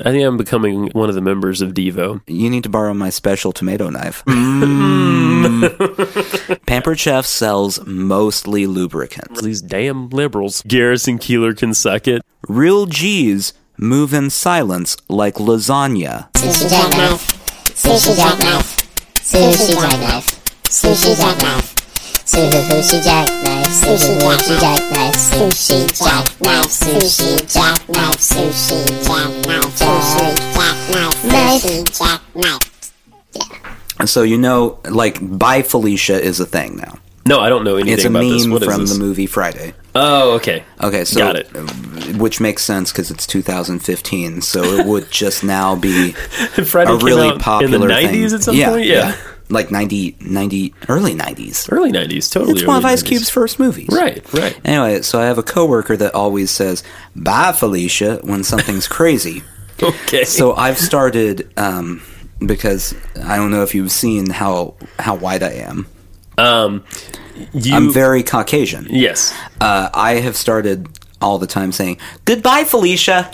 I think I'm becoming one of the members of Devo. You need to borrow my special tomato knife. Mm. Pampered Chef sells mostly lubricants. These damn liberals. Garrison Keeler can suck it. Real G's move in silence like lasagna. Sushi jackknife. Sushi jackknife. Sushi jackknife. Sushi jackknife. Sushi jackknife. Sushi jackknife. Sushi jackknife. Sushi jackknife. Sushi jackknife. Sushi jackknife. Sushi jackknife. So you know, like, by Felicia is a thing now. No, I don't know anything It's a about this. meme What is from this? the movie Friday. Oh, okay. Okay, so Got it. Which makes sense because it's 2015, so it would just now be Friday a came really out popular in the thing. 90s at some point. Yeah. like 90, 90 early 90s. Early 90s, totally. It's one of early Ice 90s. Cube's first movies. Right, right. Anyway, so I have a coworker that always says "Bye, Felicia" when something's crazy. Okay. so I've started um, because I don't know if you've seen how how white I am. um, you, I'm very Caucasian. Yes. Uh, I have started all the time saying "Goodbye, Felicia."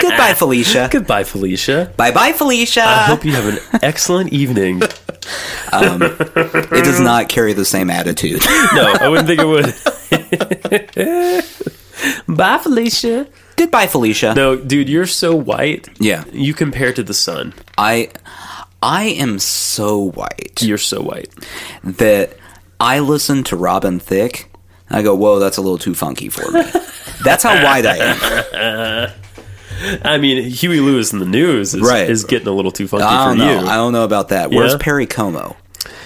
Goodbye, Felicia. Goodbye, Felicia. Bye, bye, Felicia. I hope you have an excellent evening. it does not carry the same attitude. No, I wouldn't think it would. Bye, Felicia. Goodbye, Felicia. No, dude, you're so white. Yeah, You compare to the sun. I I am so white. You're so white. that I listen to Robin Thicke. and I go, whoa, that's a little too funky for me. That's how wide I am. I mean, Huey Lewis in the news is, Right. is getting a little too funky I for don't know. you. I don't know about that. Where's Yeah. Perry Como?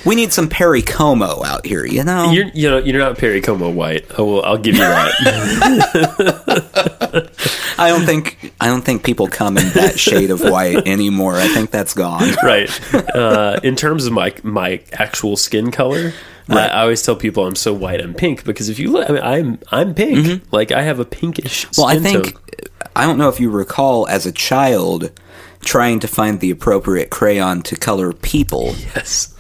We need some Perry Como out here, you know? You're you know you're not Perry Como White. I will I'll give you that. I don't think I don't think people come in that shade of white anymore. I think that's gone. right. Uh, in terms of my my actual skin color, I, I always tell people I'm so white I'm pink because if you look, I mean, I'm I'm pink. Like I have a pinkish. Mm-hmm. Well, I skin think tone. I don't know if you recall as a child trying to find the appropriate crayon to color people. yes.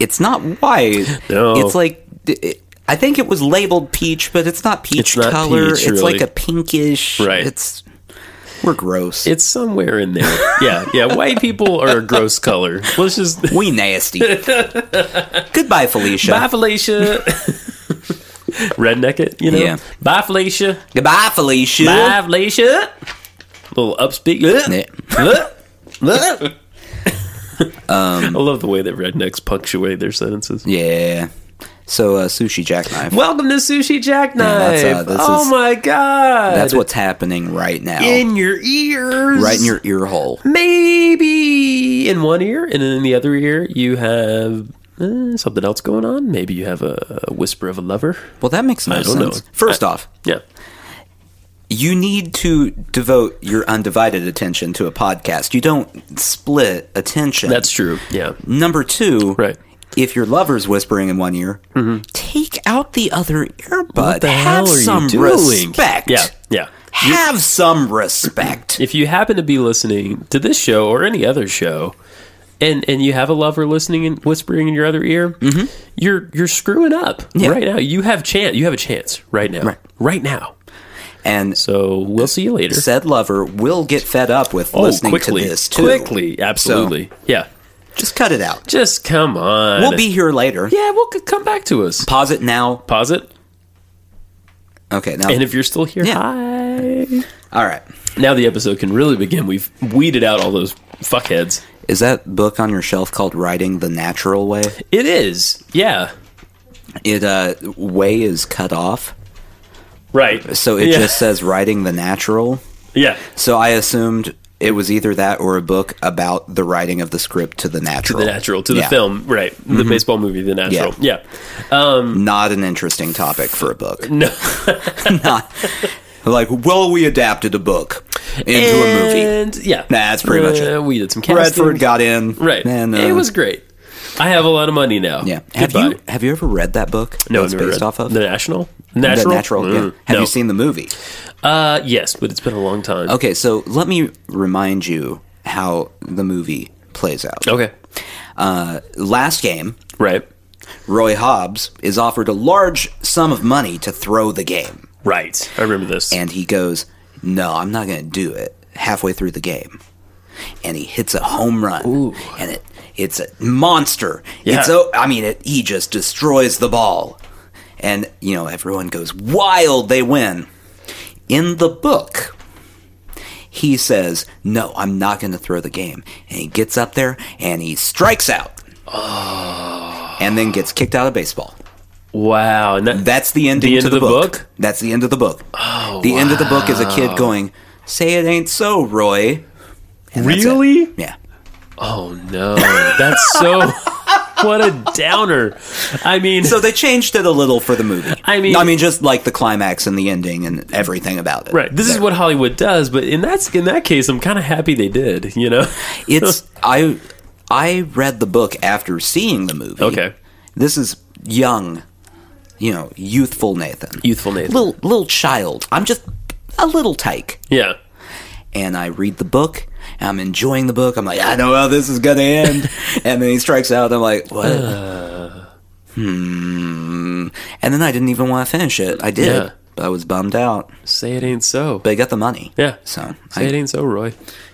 It's not white. No. It's like it, I think it was labeled peach, but it's not peach It's not color. peach, it's like really. a pinkish. Right. It's we're gross. It's somewhere in there. Yeah, yeah. White people are a gross color. Let's just we nasty. Goodbye, Felicia. bye, Felicia. Redneck it, you know. Yeah. Bye, Felicia. Goodbye, Felicia. Bye, Felicia. Little upspeak. Yeah. I love the way that rednecks punctuate their sentences. Yeah. So uh, sushi jackknife. Welcome to Sushi Jackknife. Yeah, that's, uh, this oh is- my god. That's what's happening right now. in your ears. right in your ear hole. maybe in one ear and then in the other ear you have uh, something else going on. Maybe you have a, a whisper of a lover. Well, that makes no I don't know. sense. First off, Yeah. you need to devote your undivided attention to a podcast. You don't split attention. That's true. Yeah. Number two, Right. Mm-hmm. If your lover's whispering in one ear, take out the other earbud. What the Have hell are you some doing? respect. Yeah. Yeah. Have some respect. If you happen to be listening to this show or any other show and and you have a lover listening and whispering in your other ear, you're you're screwing up Mm-hmm. Yeah. right now. You have chance. You have a chance right now. Right. right now. and So we'll see you later. said lover will get fed up with listening Oh, quickly, to this too. Quickly, absolutely. yeah. Just cut it out. Just come on. We'll be here later. Yeah, we'll c- come back to us. Pause it now. Pause it. Okay, now. And if you're still here, Yeah. hi. all right. Now the episode can really begin. We've weeded out all those fuckheads. Is that book on your shelf called Writing the Natural Way? It is. Yeah. It uh way is cut off. Right. So it yeah. just says writing the natural. Yeah. So I assumed it was either that or a book about the writing of the script to the natural. The natural to the Yeah. Mm-hmm. film, right? The baseball movie, the natural, yeah. Not an interesting topic for a book. No. Not like, well, we adapted a book into a movie. and yeah, That's pretty much Uh, it. We did some casting. Bradford got in. right. And, uh, it was great. I have a lot of money now. Yeah. Have Goodbye. you have you ever read that book? No, that I've it's never based read off of the National. The Natural. natural. yeah. Mm, Have no. you seen the movie? Uh, yes, but it's been a long time. Okay, so let me remind you how the movie plays out. Okay. Last game, Right. Roy Hobbs is offered a large sum of money to throw the game. Right. I remember this. And he goes, no, I'm not going to do it halfway through the game. And he hits a home run. And it it's a monster. Yeah. It's o- I mean, it, he just destroys the ball. And, you know, everyone goes wild. They win. In the book, he says, No, I'm not going to throw the game. And he gets up there and he strikes out. And then gets kicked out of baseball. Wow. And that, That's the ending The end to of the, the book. book? That's the end of the book. Oh, the end of the book is a kid going, "Say it ain't so, Roy." And that's it. Really? Yeah. oh no. That's so what a downer. I mean So they changed it a little for the movie. I mean- I mean, just like the climax and the ending and everything about it. Right. This is There. what Hollywood does, but in that in that case, I'm kind of happy they did. You know. it's. I I read the book after seeing the movie. Okay. This is young, you know, youthful Nathan, Youthful Nathan. little little child. I'm just a little tyke. Yeah. and I read the book. And I'm enjoying the book. I'm like, I know how this is gonna end. and then he strikes out. I'm like, what? hmm. And then I didn't even want to finish it. I did, Yeah. but I was bummed out. Say it ain't so. But I got the money. Yeah. So Say it I, ain't so, Roy.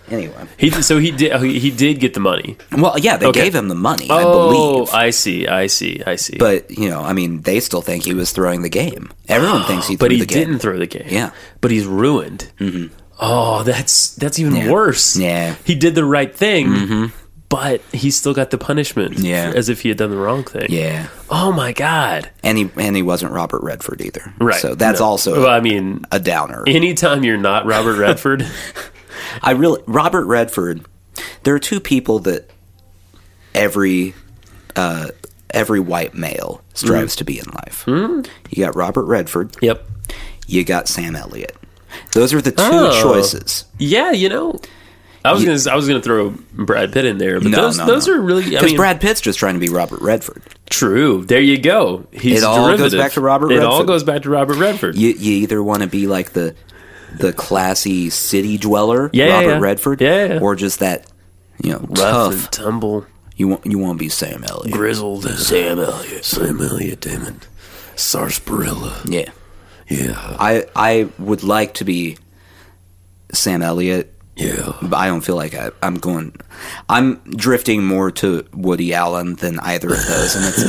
anyway, He so he did oh, he he did get the money. well, yeah, they Okay. gave him the money. I oh, believe. I see. I see. I see. but you know, I mean, they still think he was throwing the game. Everyone thinks he threw but he the game. didn't throw the game. Yeah. Mm-hmm. But he's ruined. Oh, that's that's even worse. Yeah. Mm-hmm. He did the right thing. But he still got the punishment, Yeah. as if he had done the wrong thing. Yeah, Oh my God! and he and he wasn't Robert Redford either. Right. So that's No. also Well, a, I mean, a downer. anytime you're not Robert Redford, I really Robert Redford. There are two people that every uh, every white male strives Mm-hmm. to be in life. Hmm? You got Robert Redford. yep. You got Sam Elliott. Those are the two Oh. choices. Yeah, you know, I was gonna I was gonna throw Brad Pitt in there, but No, those no, those no. are really I Because mean, Brad Pitt's just trying to be Robert Redford. true. There you go. He's It all goes derivative. back to Robert It all Redford. goes back to Robert Redford. You, you either want to be like the the classy city dweller, Yeah, yeah, Robert yeah. Redford, Yeah, yeah. or just that you know Rough tough. and tumble, You want you want to be Sam Elliott. grizzled. Sam Elliott. Sam Elliott. Damn it. Sarsaparilla. Yeah. Yeah. I I would like to be Sam Elliott. Yeah. But I don't feel like I, I'm going. I'm drifting more to Woody Allen than either of those, and it's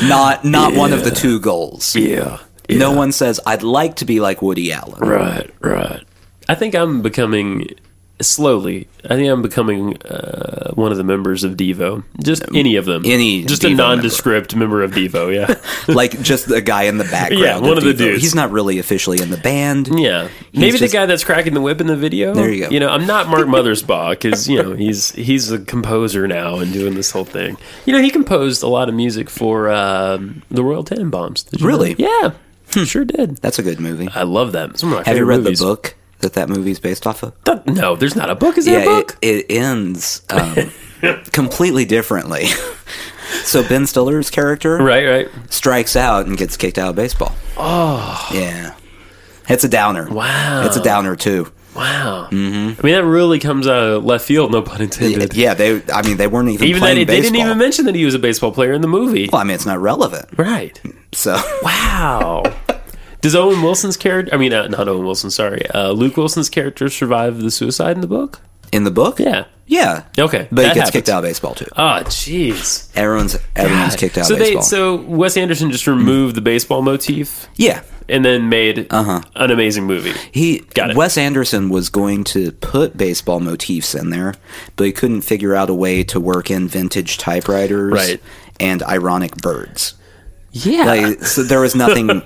not not not one of the two goals. Yeah. No one says I'd like to be like Woody Allen. Right. Right. I think I'm becoming slowly. I think I'm becoming uh, one of the members of Devo. Just any of them. Any Just Devo a member. nondescript member. of Devo. Yeah. Like just the guy in the background. Yeah, one of the Devo. dudes. He's not really officially in the band. Yeah, maybe just- the guy that's cracking the whip in the video. There you go. You know, I'm not Mark Mothersbaugh because you know he's he's a composer now and doing this whole thing. You know, he composed a lot of music for um, the Royal Tenenbaums. Did you know Really? that? Yeah, sure did. That's a good movie. I love that. It's one of my Have Uh, you favorite read movies. the book that that movie's based off of? That- no, there's not a book. Is there a book? It, it ends um, completely differently. so Ben Stiller's character right, right. strikes out and gets kicked out of baseball. Oh, yeah, it's a downer. Wow. it's a downer too. Wow. Mm-hmm. I mean, that really comes out of left field. No pun intended. Yeah, they. I mean, they weren't even, Even that playing they baseball. didn't even mention that he was a baseball player in the movie. well, I mean, it's not relevant. Right. So Wow. Does Owen Wilson's character, I mean, uh, not Owen Wilson, sorry, uh, Luke Wilson's character survive the suicide in the book? in the book, Yeah. yeah, Okay. but he that gets happens. kicked out of baseball too. Oh, jeez. Everyone's everyone's kicked out so of baseball. They, so Wes Anderson just removed the baseball motif yeah, and then made Uh-huh. an amazing movie. He Got it. Wes Anderson was going to put baseball motifs in there, but he couldn't figure out a way to work in vintage typewriters Right. and ironic birds. Yeah. Like, so there was nothing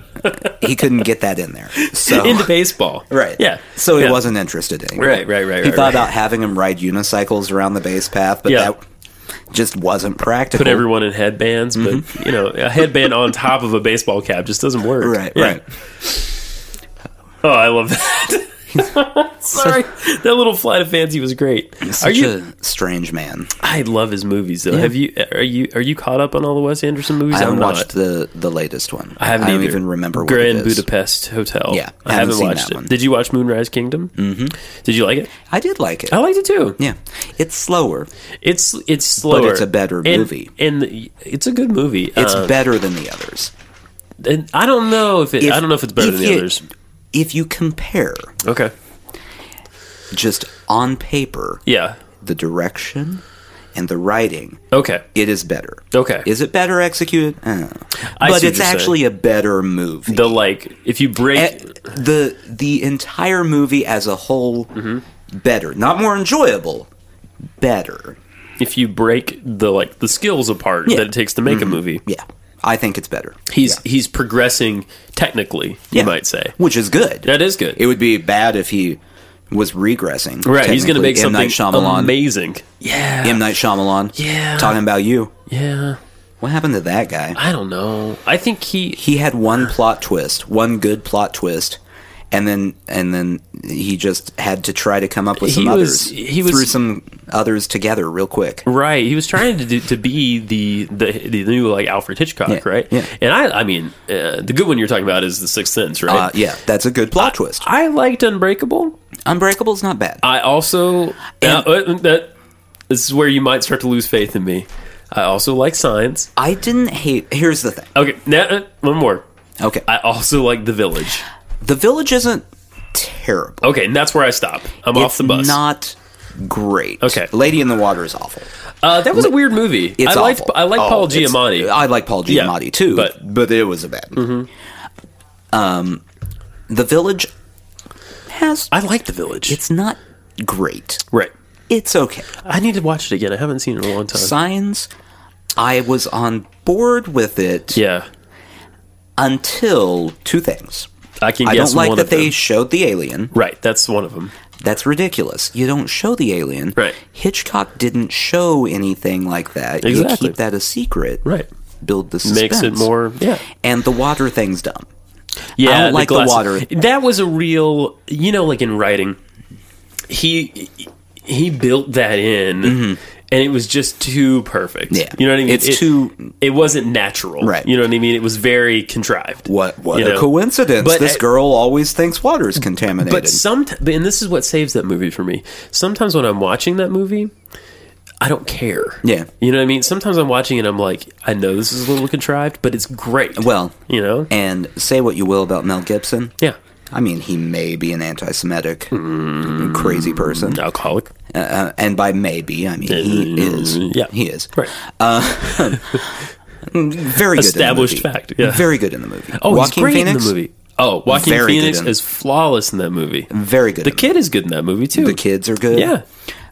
he couldn't get that in there. So Into baseball. right, Yeah. So he Yeah. wasn't interested in. it. Right, right, right, He right, thought right. about having him ride unicycles around the base path, but Yeah. that just wasn't practical. Put everyone in headbands, Mm-hmm. but, you know, a headband on top of a baseball cap just doesn't work. Right, Yeah. right. Oh, I love that. Sorry, that little flight of fancy was great. Are Such you? a strange man. I love his movies though. Have you? Are you? Are you caught up on all the Wes Anderson movies? I haven't I'm not. watched the the latest one. I haven't don't either. even remember what Grand it is. Budapest Hotel. Yeah, I, I haven't haven't, seen watched that it. one. Did you watch Moonrise Kingdom? Mm-hmm. Did you like it? I did like it. I liked it too. Yeah, it's slower. It's it's slower, it's a better And- movie. and it's a good movie. It's Um, better than the others. And I don't know if it. If- I don't know if it's better if than the you- others. If you compare Okay. just on paper Yeah. the direction and the writing, Okay. it is better. Okay. Is it better executed? I don't know. I see what But it's you're saying. actually a better movie. the like if you break Eh, the the entire movie as a whole Mm-hmm. better, not more enjoyable, better. if you break the like the skills apart Yeah. Mm-hmm. that it takes to make a movie. Yeah, I think it's better. He's he's progressing technically, you Yeah. might say. which is good. That is good. It would be bad if he was regressing. right, he's going to technically. make M. something Night Shyamalan. amazing. Yeah. M Night Shyamalan. Yeah. talking about you. yeah. What happened to that guy? I don't know. I think he He had one plot twist, one good plot twist, and then and then he just had to try to come up with some He was- others. he was- threw some others together real quick. Right, he was trying to do, to be the, the the new like Alfred Hitchcock, Yeah, right? yeah. And I I mean, uh, the good one you're talking about is The Sixth Sense, right? Uh, yeah, that's a good plot twist. I liked Unbreakable. Unbreakable's not bad. I also And- uh, uh, that this is where you might start to lose faith in me. I also like science. I didn't hate. Here's the thing. Okay, now uh, one more. Okay, I also like The Village. the village isn't terrible. Okay, and that's where I stop. I'm off It's the bus. Not great. Okay. Lady in the Water is awful. uh, that was a weird movie. It's I like awful. I like Oh, Paul it's- Giamatti. I like Paul Yeah, Giamatti too, but- Mm-hmm. but but it was a bad. Um, the village has. I like The Village. It's not great. right. It's okay. I need to watch it again. I haven't seen it in a long time. Signs. I was on board with it yeah, until two things. I can. I guess don't like one that of they them. showed the alien. Right, that's one of them. That's ridiculous. You don't show the alien. Right. Hitchcock didn't show anything like that. You Exactly. keep that a secret. Right. Build the suspense. Makes it more yeah. And the water thing's dumb. Yeah, I don't like the glasses. water. That was a real, you know, like in writing, he he built that in, and it was just too perfect. Yeah. you know what I mean. It's It- too- It wasn't natural. Right. You know what I mean. It was very contrived. What what you a know? coincidence. But this I- girl always thinks water's contaminated. But some, and this is what saves that movie for me. Sometimes when I'm watching that movie. I don't care. Yeah. You know what I mean? Sometimes I'm watching and I'm like, I know this is a little contrived, but it's great. well, you know? and say what you will about Mel Gibson. yeah. I mean, he may be an anti Semitic Mm, crazy person. Alcoholic. Uh, and by maybe, I mean, he is. Uh, Yeah. He is. Right. Very good. Established in the movie. fact, yeah. Very good in the movie. Oh, Joaquin he's great Phoenix, in the movie. Oh, Joaquin Very good Phoenix in- is flawless in that movie. Very good. The in kid is good in that movie too. The kids are good. yeah.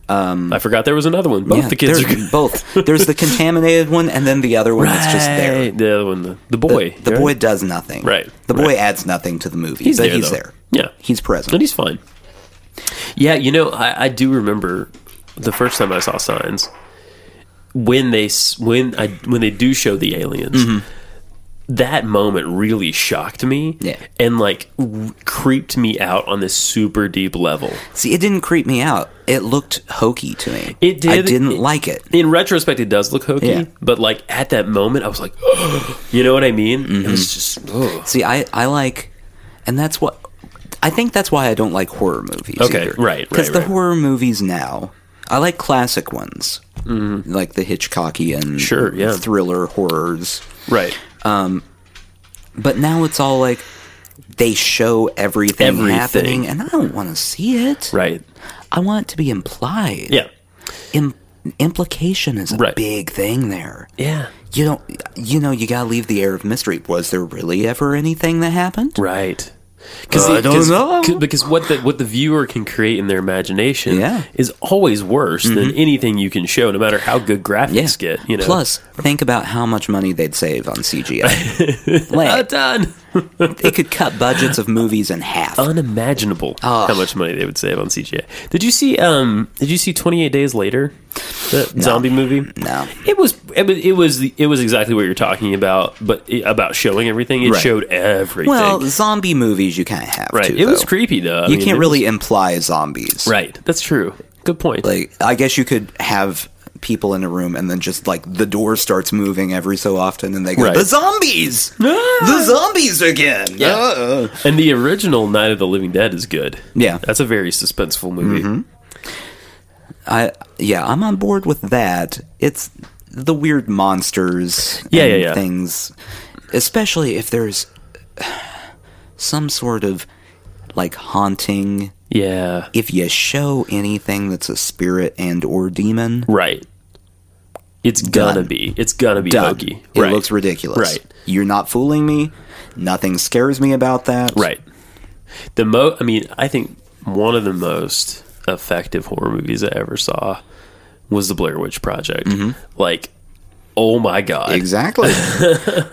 I forgot there was another one. Both Yeah, the kids are they're- good. Both. There's the contaminated one, and then the other one that's just there. Right. The other one, the, the boy. The right? boy does nothing. Right, The boy right. adds nothing to the movie, He's but there, he's though. there. Yeah. He's and present. he's fine. Yeah, you know, I, I do remember the first time I saw Signs when they s- when I when they do show the aliens. That moment really shocked me, Yeah. and like r- creeped me out on this super deep level. See, it didn't creep me out. It looked hokey to me. It did. I didn't It- like it. in retrospect, it does look hokey, Yeah. but like at that moment, I was like, you know what I mean? It was just ugh. See, I, I like, and that's what I think. That's why I don't like horror movies. Okay, either. right, right, the right. horror movies now, I like classic ones, like the Hitchcockian, Mm-hmm. Sure, yeah. thriller horrors. right. But now it's all like they show everything, Everything. happening, and I don't want to see it. Right. I want it to be implied. Yeah. Im- implication is a Right. big thing there. Yeah. You don't, you know, you gotta leave the air of mystery. Was there really ever anything that happened? Right. Because Uh, I don't know. because what the what the viewer can create in their imagination Yeah. Mm-hmm. is always worse than anything you can show, no matter how good Yeah. graphics get. You know, Plus, think about how much money they'd save on CGI. a like, ton they could cut budgets of movies in half. Uh, unimaginable Ugh. how much money they would save on CGI. Did you see? Um, did you see Twenty Eight Days Later, the zombie movie? no. It was it was it was, the, it was exactly what you're talking about, but it, about showing everything. It Right. showed everything. Well, zombie movies you kind of have right. to. it was though. creepy though. I You mean, can't it really was- imply zombies. right. That's true. Good point. Like, I guess you could have people in a room and then just like the door starts moving every so often and they go, Right. the zombies! Ah! the zombies again! Yeah. Uh." and the original Night of the Living Dead is good. Yeah. Mm-hmm. that's a very suspenseful movie. I yeah, I'm on board with that. It's the weird monsters Yeah, and yeah, yeah. things. especially if there's some sort of like haunting. Yeah. If you show anything that's a spirit and or demon, Right. It's gonna Done. be. It's gonna be done. hokey. It right. looks ridiculous. Right. You're not fooling me. Nothing scares me about that. Right. The mo. I mean, I think one of the most effective horror movies I ever saw was the Blair Witch Project. Mm-hmm. Like, oh my god. Exactly.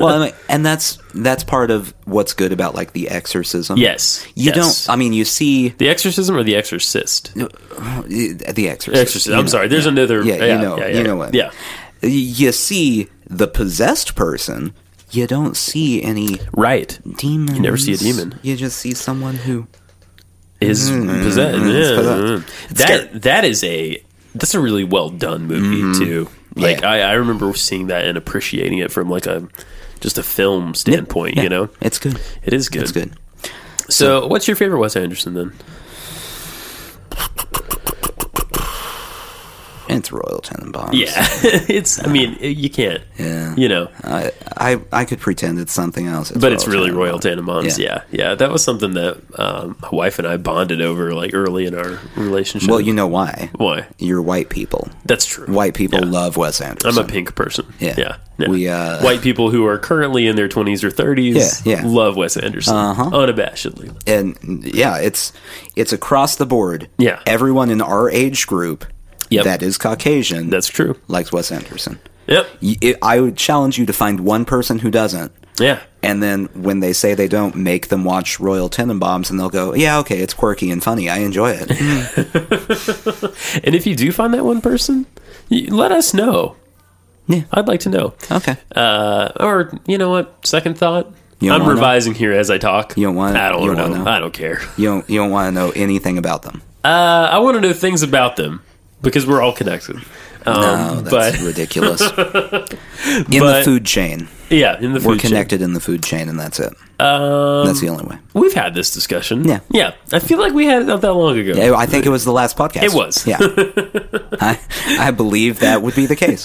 well, I mean, and that's that's part of what's good about like the exorcism. Yes. You Yes. don't um, I mean you see The Exorcism or The Exorcist? the exorcism. Exorcist. I'm sorry. There's another. Yeah, you know, you know what. Yeah. Y- You see the possessed person, you don't see any Right. demons. never see a demon. You just see someone who Is possessed. Mm-hmm. it's Yeah. possessed. It's scary. Mm-hmm. That that is a that's a really well done movie too. Like Yeah. I, I remember seeing that and appreciating it from like a just a film standpoint. Yeah, You know, It's good. it is good. It's good. So, what's your favorite Wes Anderson then? It's Royal Tenenbaums. Yeah, it's. I mean, you can't. Yeah. You know, I, I I could pretend it's something else. but it's really Royal Tannenbaums. Yeah. Yeah. yeah, That was something that um, my wife and I bonded over like early in our relationship. Well, you know why? why? You're white people. That's true. White people Yeah. love Wes Anderson. I'm a pink person. Yeah. yeah. yeah. We, uh, white people who are currently in their 20s or 30s. Yeah, yeah. love Wes Anderson Uh-huh. unabashedly. and yeah, it's it's across the board. Yeah. everyone in our age group Yep. that is Caucasian That's true. likes Wes Anderson. Yep. Y- it- I would challenge you to find one person who doesn't, Yeah. and then when they say they don't, make them watch Royal Tenenbaums, and they'll go, "Yeah, okay, it's quirky and funny. I enjoy it." And if you do find that one person, you, let us know. Yeah. I'd like to know. okay, uh, or you know what? Second thought. You don't I'm wanna? revising here as I talk. You don't wanna- I don't you don't know. wanna know? I don't care. you don't you don't want to know anything about them. Uh, I want to know things about them because we're all connected. Um, No, that's but ridiculous. in the But- food chain, yeah, in the food we're chain. connected in the food chain, and that's it. Um, That's the only way. we've had this discussion. Yeah. yeah. I feel like we had it not that long ago. Yeah, I think it was the last podcast. It was. Yeah. I, I believe that would be the case.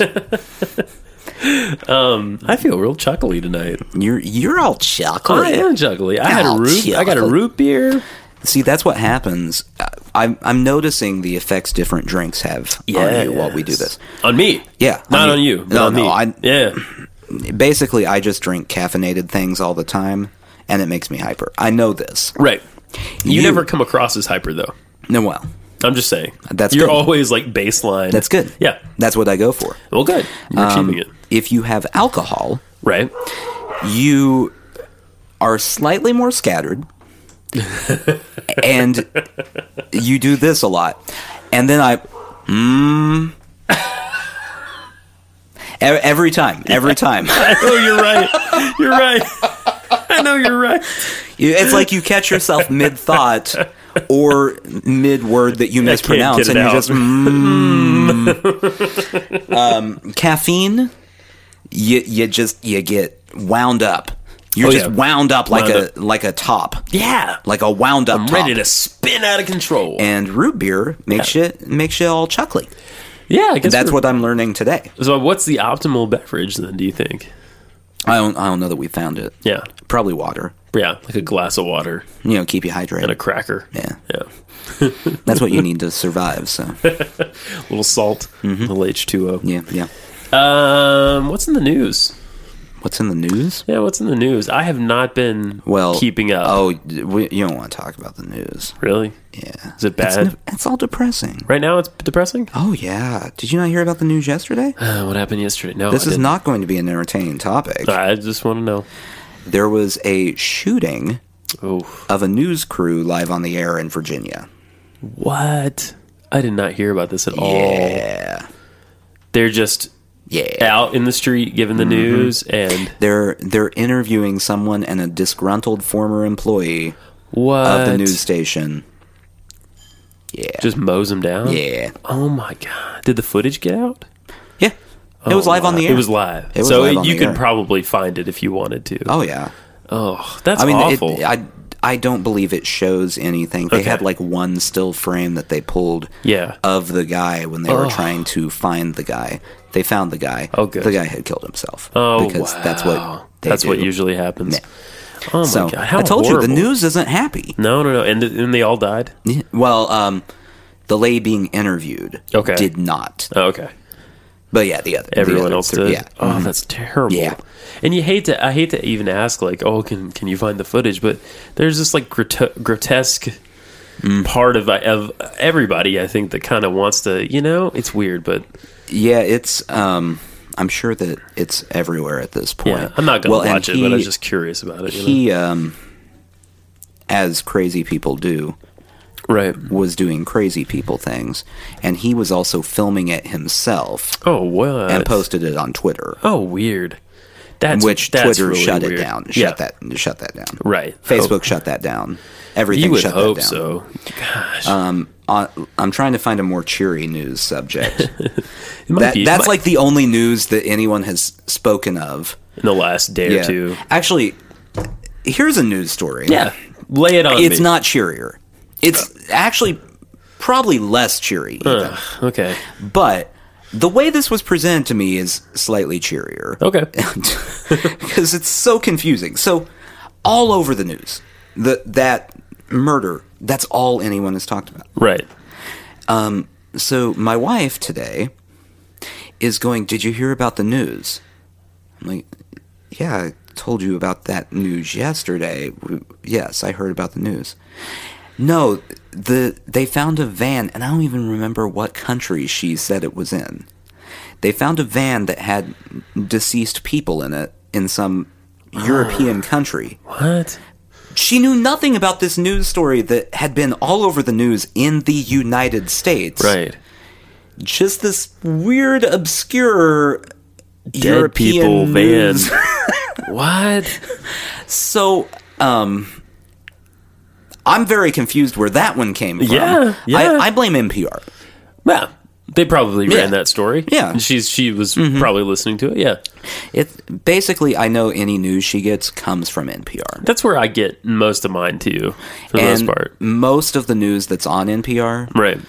I feel real chuckly tonight. You're you're all chocolate. I am chuckly. I had a Oh, root. I got a chocolate. root beer. See, that's what happens. I- I'm I'm noticing the effects different drinks have on you while Oh, we do Yes. this. on me. Yeah, not on, you. but No, on no. me. I yeah, basically I just drink caffeinated things all the time, and it makes me hyper. I know this. right. you You- never come across as hyper though. No, well, I'm just saying. That's you're good. always like baseline. that's good. Um, Yeah. that's what I go for. Well, good. You're achieving it, If you have alcohol, right? you are slightly more scattered and you do this a lot and then i mm, E- every time every time oh, you're right. You're right. I know you're right. You- it's like you catch yourself mid thought or mid word that you mispronounce get and it you out. just mm. um, caffeine you, you just you get wound up you're Oh, just yeah. wound up like Wound a like a top Yeah. like a wound up I'm top. ready to spin out of control. and root beer makes it makes you all chuckly. yeah, I guess That's we're- what I'm learning today. So, what's the optimal beverage then? Do you think? I don't I don't know that we found it. Yeah. Probably water. Yeah, like a glass of water You know, keep you and a hydrated. cracker. Yeah. Yeah. That's what you need to survive. So A little salt, Mm-hmm. a little H2O. yeah, yeah. Um, what's in the news? What's in the news? Yeah, what's in the news? I have not been Well, keeping up. Oh, we, you don't want to talk about the news. really? Yeah, Is it It's bad? n- It's, all depressing. Right now, it's depressing. Oh yeah. Did you not hear about the news yesterday? Uh, what happened yesterday? No, This I is didn't. not going to be an entertaining topic. I just want to know. There was a shooting Oh, of a news crew live on the air in Virginia. what? I did not hear about this at all. Yeah. They're just Yeah. out in the street giving the Mm-hmm. news, and they're they're interviewing someone and a disgruntled former employee what? of the news station. Yeah. just mows them down. yeah. Oh my god! Did the footage get out? Yeah. it was Oh, live on wow. the air. It was live. It was so live it- on you the could air. probably find it if you wanted to. Oh yeah. Oh, that's I mean, it, awful. I I don't believe it shows anything. They Okay. had like one still frame that they pulled yeah. of the guy when they were Oh. trying to find the guy. They found the guy. Oh, good. The guy had killed himself. Oh, because that's what wow. They That's what do. usually happens. Yeah. Oh my So god! How I told you horrible. the news isn't happy. No, no, no, and th- and they all died. Yeah. Well, um, the lady being interviewed Okay. did not, Oh, okay, but yeah, the other the everyone other else three- did. Yeah, Mm-hmm. Um, Oh, that's terrible. Yeah. and you hate to. I hate to even ask, like, oh, can can you find the footage? But there's this like grote- grotesque Mm. part of of everybody. I think that kind of wants to. You know, it's weird, but yeah. It's um, I'm sure that it's everywhere at this point. yeah, I'm not gonna Well, and watch it. but I he- was just curious about it. You know? he um, as crazy people do, right. was doing crazy people things, and he was also filming it himself Oh what? and posted it on Twitter, Oh weird. That's which that's Twitter really shut weird. it down. Shut Yeah. that. Shut that down. Right. Facebook Hope- shut that down. Everything You would shut hope that down. so. Gosh, Uh, I'm trying to find a more cheery news subject. It might that, be- it might- that's like the only news that anyone has spoken of. in the last day or Yeah. two. Actually, here's a news story. Yeah, lay it on. It's me. not cheerier. It's actually probably less cheery, even. Ugh, okay. but the way this was presented to me is slightly cheerier. Okay. because it's so confusing. So all over the news, the that murder, that's all anyone has talked about. right. So my wife today is going, "Did you hear about the news?" I'm like, "Yeah, I told you about that news yesterday. W- Yes, I heard about the news." No, the they found a van, and I don't even remember what country she said it was in. They found a van that had deceased people in it in some European country. What? She knew nothing about this news story that had been all over the news in the United States Right. just this weird, obscure Dead European people van. news. what? So, um, I'm very confused where that one came from. Yeah, yeah. I, I blame NPR. Yeah. They probably Yeah. ran that story. Yeah. Mm-hmm. She's she was probably listening to it. Yeah. It basically, I know any news she gets comes from NPR. That's where I get most of mine too, for the most and part. most of the news that's on NPR Right.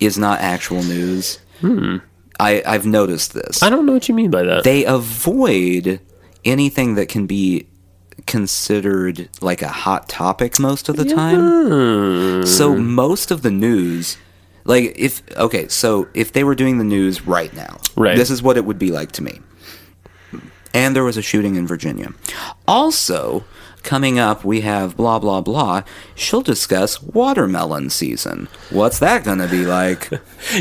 is not actual news. Hmm. I, I've noticed this. I don't know what you mean by that. they avoid anything that can be considered like a hot topic most of the time. So most of the news like if okay, so if they were doing the news right now, Right. this is what it would be like to me. And there was a shooting in Virginia. Also, coming up we have blah blah blah. She'll discuss watermelon season. What's that going to be like?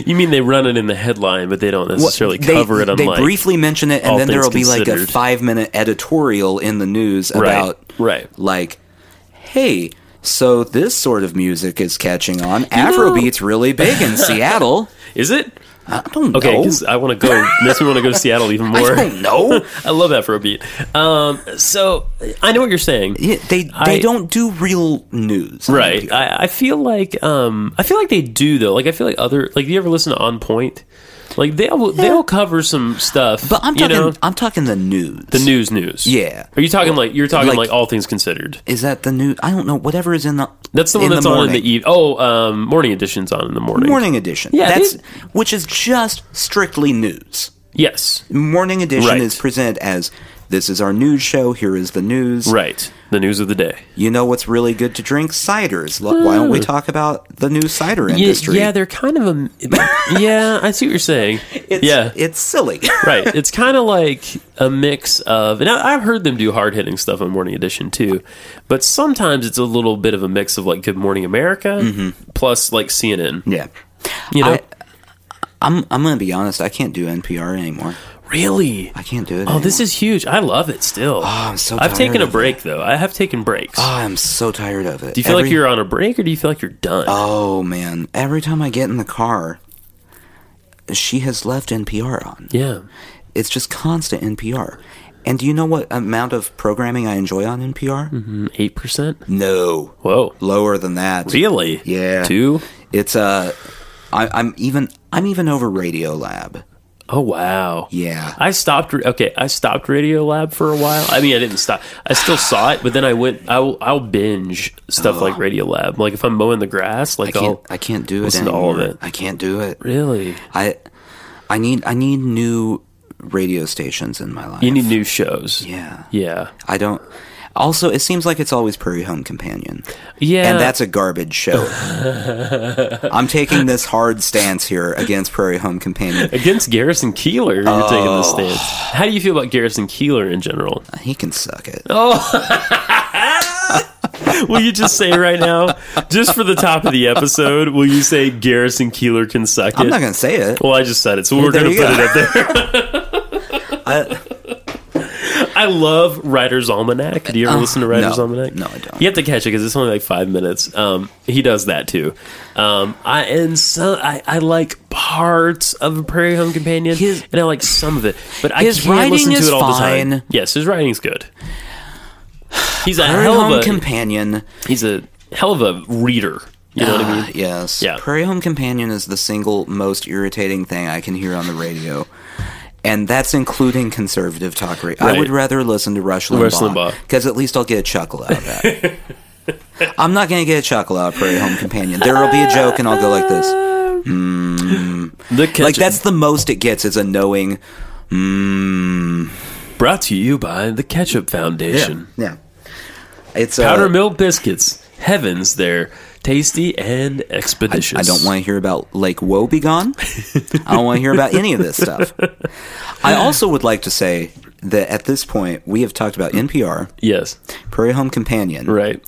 you mean they run it in the headline, but they don't Well, necessarily they- cover it on They like briefly mention it, all and then there things will be like a considered. five minute editorial in the news Right, about right. like, hey, so this sort of music is catching on. know- Afrobeat's really big in Seattle. Is it? I don't Okay, know. 'cause I want to go. makes me want to go to Seattle even Oh. I more. don't know. I love Afrobeat. Um, so I know what you're saying. Yeah, they they I- don't do real news, on Right. NPR. I, I feel like um, I feel like they do though. Like I feel like other like you ever listen to On Point? Like they'll they'll cover some stuff. but I'm you talking. know? I'm talking the news. the news news. Yeah. Are you talking like you're talking Like- like, all things considered? Is that the news? I don't know. Whatever is in the That's the one in that's on in morning. the eve. Oh, um, morning edition's on in the morning. morning edition. Yeah, that's they- which is just strictly news. Yes. Morning edition Right. is presented as this is our news show. Here is the news. Right. The news of the day. You know what's really good to drink? Ciders. Look, why don't we talk about the new cider industry? Yeah, they're kind of a. yeah, I see what you're saying. it's, yeah, it's silly. right. It's kind of like a mix of, and I, I've heard them do hard hitting stuff on Morning Edition too, but sometimes it's a little bit of a mix of like Good Morning America plus like CNN. yeah, You know, Mm-hmm. I- I'm. I'm gonna be honest. I can't do NPR anymore. really. I can't do it. Ah, Oh, this is huge. I love it still. Oh, I'm so I've tired taken a of break though. I have taken breaks. Oh, I'm so tired of it. do you feel like you're on a break or do you feel like you're done? Oh man! Every time I get in the car, she has left NPR on. yeah. It's just constant NPR. And do you know what amount of programming I enjoy on NPR? 8%? No, Mm, Whoa. lower than that. Really? Yeah. Two? It's uh, I, I'm even I'm even over Radio Lab. Oh wow! Yeah. I stopped. Okay, I stopped Radio Lab for a while. I mean, I didn't stop. I still saw it, but then I went. I'll, I'll binge stuff like Radio Lab. Like if I'm mowing the grass, I like can't I'll I can't do it listen to anymore. all of it. I can't do it. really. I I need I need new radio stations in my life. Any new shows? yeah. Yeah. I don't. Also, it seems like it's always Prairie Home Companion. Yeah. And that's a garbage show. I'm taking this hard stance here against Prairie Home Companion. against Garrison Keeler. You're taking Oh. the stance. How do you feel about Garrison Keeler in general? He can suck it. Oh, Will you just say right now, just for the top of the episode, will you say Garrison Keeler can suck it? I'm not going to say it. well, I just said it, so we're there going to you put go. it up there. I, I love Writer's Almanac. Do you ever listen to Writer's Uh, no. Almanac? No, I don't. You have to catch it because it's only like five minutes. Um, he does that too. Um, I and so I, I like parts of a Prairie Home Companion, His- and I like some of it, but I his can't listen writing to is it all the fine. time. Yes, his writing's good. He's a Prairie hell Home of a Companion. he's a hell of a reader. You know what I mean? Ah, Yes. Yeah. Prairie Home Companion is the single most irritating thing I can hear on the radio. And that's including conservative talk radio. I Right. would rather listen to Rush Rush Limbaugh Limbaugh. because at least I'll get a chuckle out of that. I'm not going to get a chuckle out of Prairie Home Companion. There will be a joke, and I'll go like this. The catch Like that's the most it gets is a knowing. brought to you by the Ketchup Foundation. Yeah. It's uh, Powder milk biscuits. Heavens, they're tasty and expeditious. I don't want to hear about Lake Wobegon. I don't want to hear about any of this stuff. I also would like to say that at this point, we have talked about NPR, Yes. Prairie Home Companion, Right.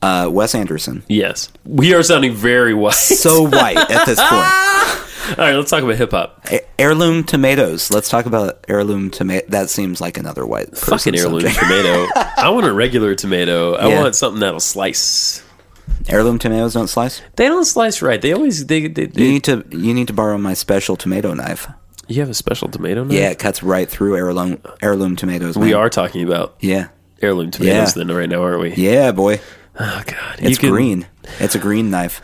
uh, Wes Anderson. Yes. We are sounding very white. So white at this point. All right, let's talk about hip hop. A- heirloom tomatoes. Let's talk about heirloom tomato. That seems like another white person Fucking heirloom subject. tomato. I want a regular tomato. I Yeah. want something that'll slice. Heirloom tomatoes don't slice. They don't slice right. They always they, they, they You need to. You need to borrow my special tomato knife. You have a special tomato knife? Yeah, it cuts right through heirloom heirloom tomatoes. We man. are talking about Yeah. heirloom tomatoes Yeah. then right now, aren't we? Yeah, boy. Oh god. It's green. It's a green knife.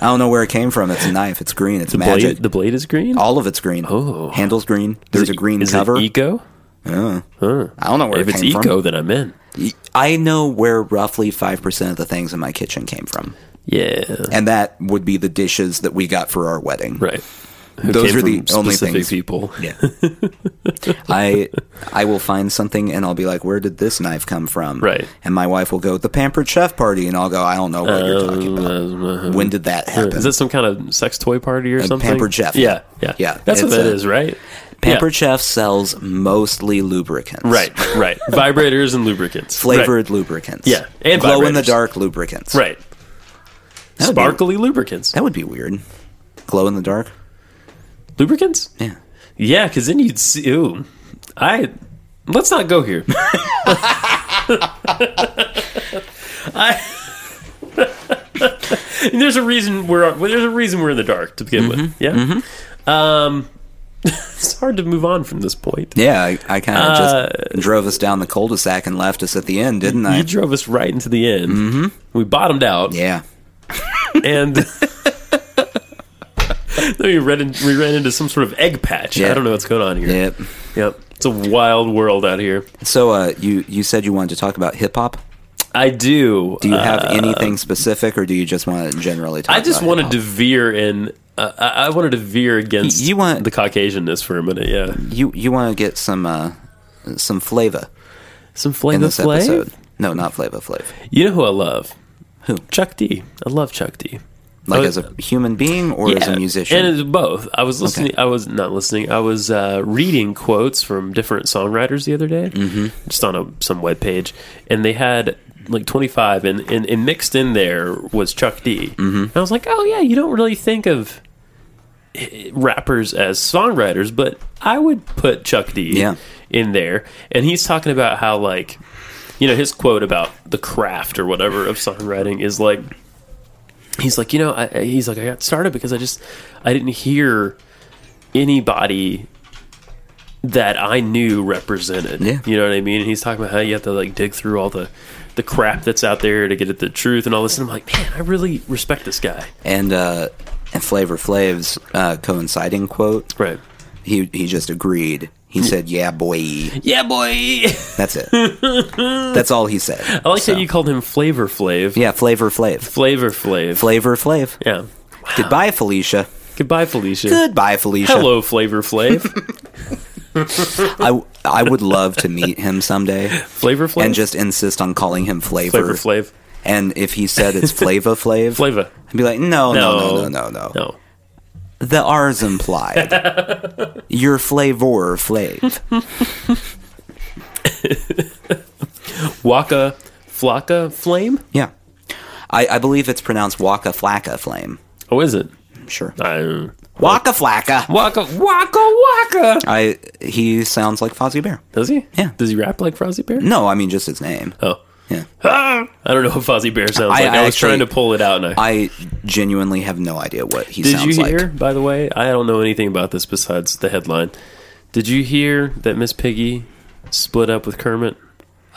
I don't know where it came from. It's a knife. It's green. It's The magic. blade the blade is green? All of it's green. Oh. Handle's green. There's a green is it cover. eco? Yeah. Huh. I don't know where If it it's came eco, then I'm in. from. I know where roughly 5% of the things in my kitchen came from. Yeah. And that would be the dishes that we got for our wedding. Right. Who Those came are the from only specific things- people. Yeah. I I will find something and I'll be like, where did this knife come from? Right. And my wife will go, the pampered chef party. And I'll go, I don't know what you're talking about. Um, When did that happen? Is that some kind of sex toy party or something? pampered chef. Yeah, yeah, Yeah, That's what it's that a- is, right? Pampered Chef sells mostly lubricants. Yeah. Right, right. Vibrators and lubricants. Flavored lubricants. Yeah, and glow in the vibrators. dark lubricants. Right. right. That would be- Sparkly lubricants. that would be weird. Glow in the dark? Lubricants? Yeah. Yeah, because then you'd see. Ooh, I. Let's not go here. I. And there's a reason we're well, there's a reason we're in the dark to begin with. Mm-hmm. Yeah. Um, it's hard to move on from this point. Yeah, I, I kind of Uh, just drove us down the cul-de-sac and left us at the end, didn't I? You drove us right into the end. Mm-hmm. We bottomed out, yeah. and then we ran, in, we ran into some sort of egg patch. I Yeah. don't know what's going on here. Yep. Yep. It's a wild world out here. So uh, you you said you wanted to talk about hip hop. I do. uh, Do you have anything specific, or do you just want to generally talk? I just about wanted to hip-hop? veer in. Uh, I I wanted to veer against You want- the Caucasianness for a minute. Yeah, you you want to get some uh, some flavor some in flavor this flavor. episode. No, not flavor, flavor. You know who I love? Who? Chuck D. I love Chuck D. Like Oh, as a human being or as a yeah, musician. and it's both. I was listening. I was not listening. I was uh, reading quotes from different songwriters the other day, mm-hmm. just on a, some web page, and they had like 25, and, and and mixed in there was Chuck D. Mm-hmm. And I was like, oh yeah, you don't really think of rappers as songwriters, but I would put Chuck D Yeah. in there. And he's talking about how, like, you know, his quote about the craft or whatever of songwriting is like, he's like, you know, I, I- he's like, I got started because I just, I didn't hear anybody that I knew represented. Yeah. You know what I mean? And he's talking about how you have to like dig through all the, the crap that's out there to get at the truth and all this. And I'm like, man, I really respect this guy. and uh, and Flavor Flav's uh, coinciding quote. Right. He he just agreed. He said, "Yeah, boy." Yeah, boy. That's it. That's all he said. I like that you called him Flavor Flav. Yeah, Flavor Flav. Flavor Flav. Flavor Flav. yeah. Goodbye, Felicia. Goodbye, Felicia. Goodbye, Felicia. Hello, Flavor Flav. I, I would love to meet him someday Flavor Flav? and just insist on calling him Flavor. Flavor Flav. And if he said it's Flava Flav, Flava. I'd be like, no, no, no, No. no, no, no. No. The R's implied. Your flavor Flav. Waka Flocka Flame? Yeah. I, I believe it's pronounced Waka Flacka Flame. Oh, is it? I'm sure. I, Waka Flacka. waka Waka Waka. I he sounds like Fozzie Bear. Does he? Yeah. Mm. Does he rap like Frozzy Bear? No, I mean just his name. Oh. Yeah. Ah! I don't know what Fozzie Bear sounds like. I- I, I was actually- trying to pull it out and I. I genuinely have no idea what he Did sounds you hear, like. by the way? I don't know anything about this besides the headline. Did you hear that Miss Piggy split up with Kermit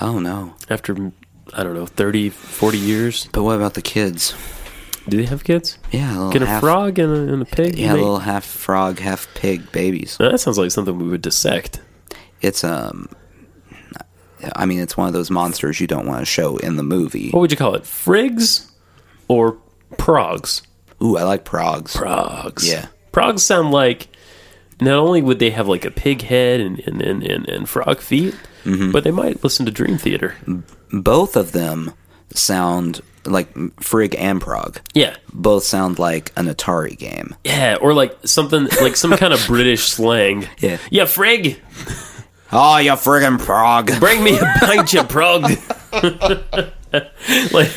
Oh no. after, I don't know, 30, 40 years? But what about the kids? Do they have kids? Yeah, a little Can a half, frog and a, and a pig? Yeah, a make- little half frog, half pig babies. Now, that sounds like something we would dissect. It's um, I mean, it's one of those monsters you don't want to show in the movie. What would you call it? Frigs or progs? Ooh, I like progs. Progs. Yeah. Progs sound like not only would they have like a pig head and, and, and, and, and frog feet, Mm-hmm. but they might listen to Dream Theater. Both of them sound like frig and prog. Yeah. Both sound like an Atari game. Yeah. Or like something like some kind of British slang. Yeah. Yeah, frig. Oh, you friggin' prog. Bring me a pint, you prog. like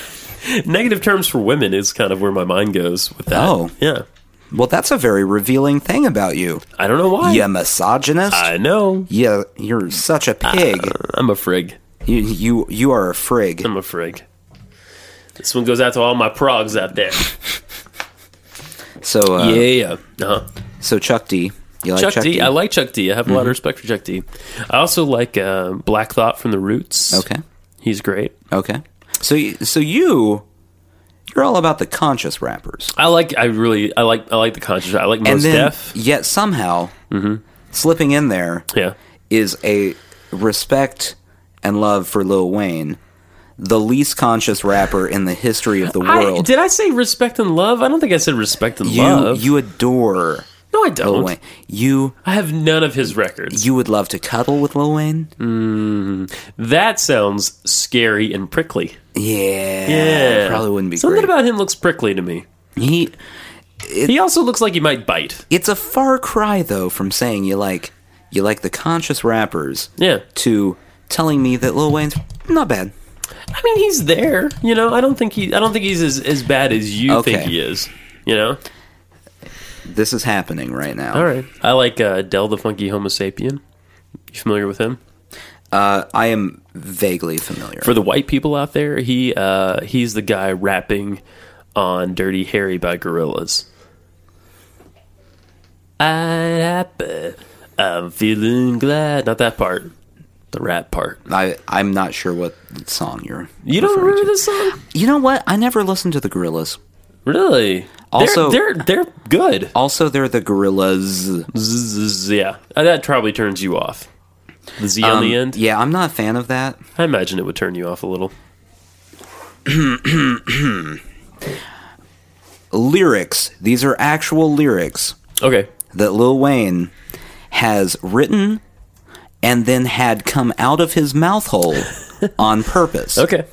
negative terms for women is kind of where my mind goes with that. Oh. Yeah. Well, that's a very revealing thing about you. I don't know why. You misogynist. I know. yeah, you're such a pig. I'm a frig. you, you you are a frig. I'm a frig. This one goes out to all my progs out there. So uh, yeah. Uh-huh. so Chuck D. Mm-hmm. You like Chuck, D. I like Chuck D. I have a lot of respect for Chuck D. I also like uh, Black Thought from the Roots. Okay. He's great. Okay. So y- so you you're all about the conscious rappers. I like. I really. I like. I like the conscious. I like And most then deaf. Mm-hmm. yet somehow slipping in there is Yeah. a respect and love for Lil Wayne, the least conscious rapper in the history of the I, world. did I say respect and love? I don't think I said respect and you love. you adore no, I Lil don't. Wayne. You I have none of his records. you would love to cuddle with Lil Wayne? that sounds scary and prickly. Yeah. Yeah, Probably wouldn't be Something great. about him looks prickly to me. he He also looks like he might bite. it's a far cry though from saying you like you like the conscious rappers Yeah. to telling me that Lil Wayne's not bad. I mean, he's there. You know, I don't think he. I don't think he's as, as bad as you Okay. think he is. You know. This is happening right now. All right. I like uh, Del the Funky Homo Sapien. You familiar with him? Uh, I am vaguely familiar. For the white people out there, he uh, he's the guy rapping on "Dirty Harry" by Gorillaz. I'm happy. I'm feeling glad. Not that part. The rap part. I I'm not sure what song you're. You don't referring remember to. this song? You know what? I never listened to the Gorillas. Really? Also- they're they're, they're good. Also, they're the Gorillas. Zzz, yeah, Uh, that probably turns you off. The Z on the end. Yeah, I'm not a fan of that. I imagine it would turn you off a little. Lyrics. These are actual lyrics Okay. that Lil Wayne has written and then had come out of his mouth hole on purpose. Okay.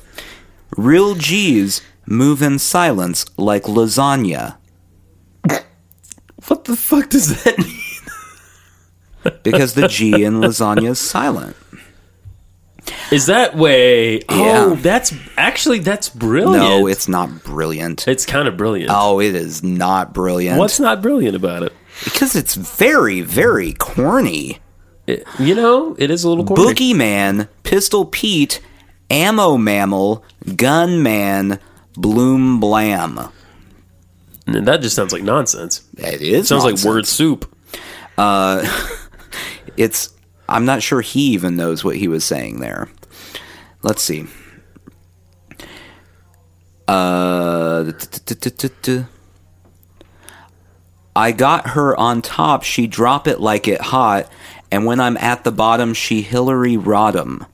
Real G's move in silence like lasagna What the fuck does that mean? because the G in lasagna is silent. Is that way? Oh, Yeah. that's actually that's brilliant. No, it's not brilliant. it's kind of brilliant. Oh, it is not brilliant. What's not brilliant about it? Because it's very, very corny. It- You know, it is a little corny. Boogeyman, Pistol Pete, Ammo Mammal, Gunman, Bloom Blam. And that just sounds like nonsense. It is Sounds nonsense. like word soup. It's. I'm not sure he even knows what he was saying there. Let's see. Uh, t- t- t- t- t- I got her on top. She drop it like it hot, and when I'm at the bottom, she Hillary Rodham.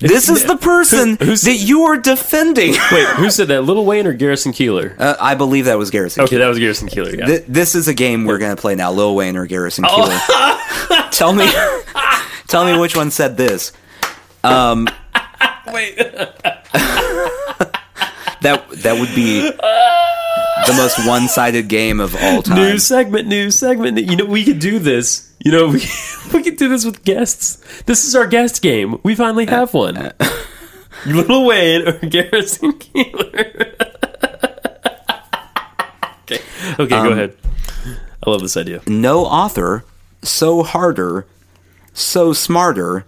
This is the person Who- who's- that you are defending. Wait, who said that? Little Wayne or Garrison Keeler? Uh, I believe that was Garrison. okay, that was Garrison Keeler. Yeah. Th- this is a game we're going to play now. Lil Wayne or Garrison Keeler? Oh. tell me, tell me which one said this. Um, Wait, That that would be the most one-sided game of all time. new segment, new segment. You know, we could do this. You know, we, we could do this with guests. This is our guest game. We finally have Uh, one. Little Wayne or Garrison Keeler? okay, okay, Um, go ahead. I love this idea. No author, so harder, so smarter,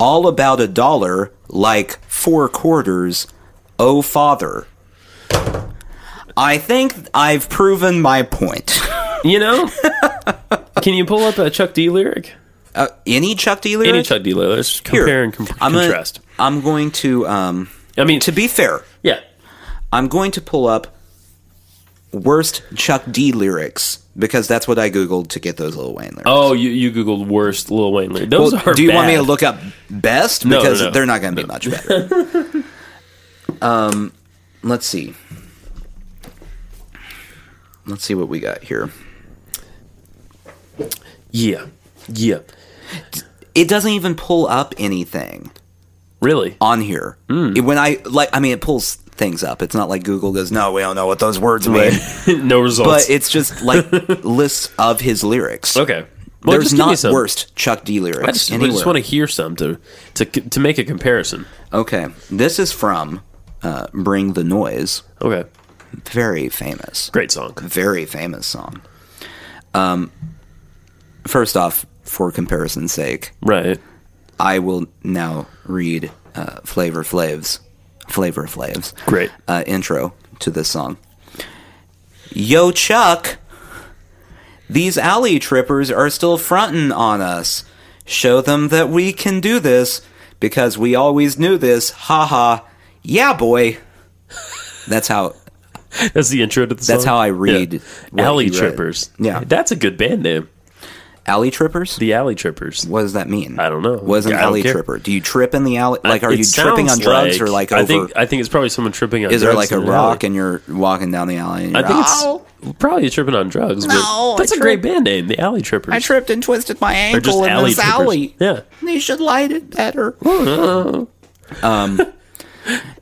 all about a dollar, like four quarters. Oh, father. I think I've proven my point. You know, can you pull up a Chuck D lyric? Uh, any Chuck D lyric? Any Chuck D lyric? Let's Here. compare and com- I'm gonna- contrast. I'm going to, um, I mean, to be fair, yeah, I'm going to pull up worst Chuck D lyrics because that's what I googled to get those Lil Wayne lyrics. Oh, you, you googled worst Lil Wayne lyric. Well, Those are do you want me bad. to look up best No, no, because no. they're not going to be much better. um, let's see. Let's see what we got here. Yeah, yeah. It doesn't even pull up anything Really? on here. Hmm. It- when I like, I mean, it pulls things up. It's not like Google goes, "No, we don't know what those words mean." no results. But it's just like lists of his lyrics. okay. Well, There's just give me not some. worst Chuck D lyrics I just, I anywhere. just want to hear some to to to make a comparison. Okay, this is from uh, "Bring the Noise." Okay. Very famous. Great song. very famous song. Um, first off, for comparison's sake, Right. I will now read uh, Flavor Flav's Flavor Flav's Great. uh, intro to this song. Yo, Chuck, these alley trippers are still frontin' on us. Show them that we can do this because we always knew this. Ha ha. Yeah, boy. That's how. That's the intro to the song. That's how I read what Alley he read. Trippers. Yeah. That's a good band name. Alley trippers? The Alley Trippers. What does that mean? I don't know. Was an I don't alley care. tripper? Do you trip in the alley? Like, are It you tripping on sounds drugs or like over? I think I think it's probably someone tripping on. is there drugs like a in an rock alley. and you're walking down the alley? And I you're, think it's "Ow, probably tripping on drugs. but No, I that's a great band name. The Alley Trippers. I tripped and twisted my They're just ankle in alley this trippers. alley. Yeah. They should light it better.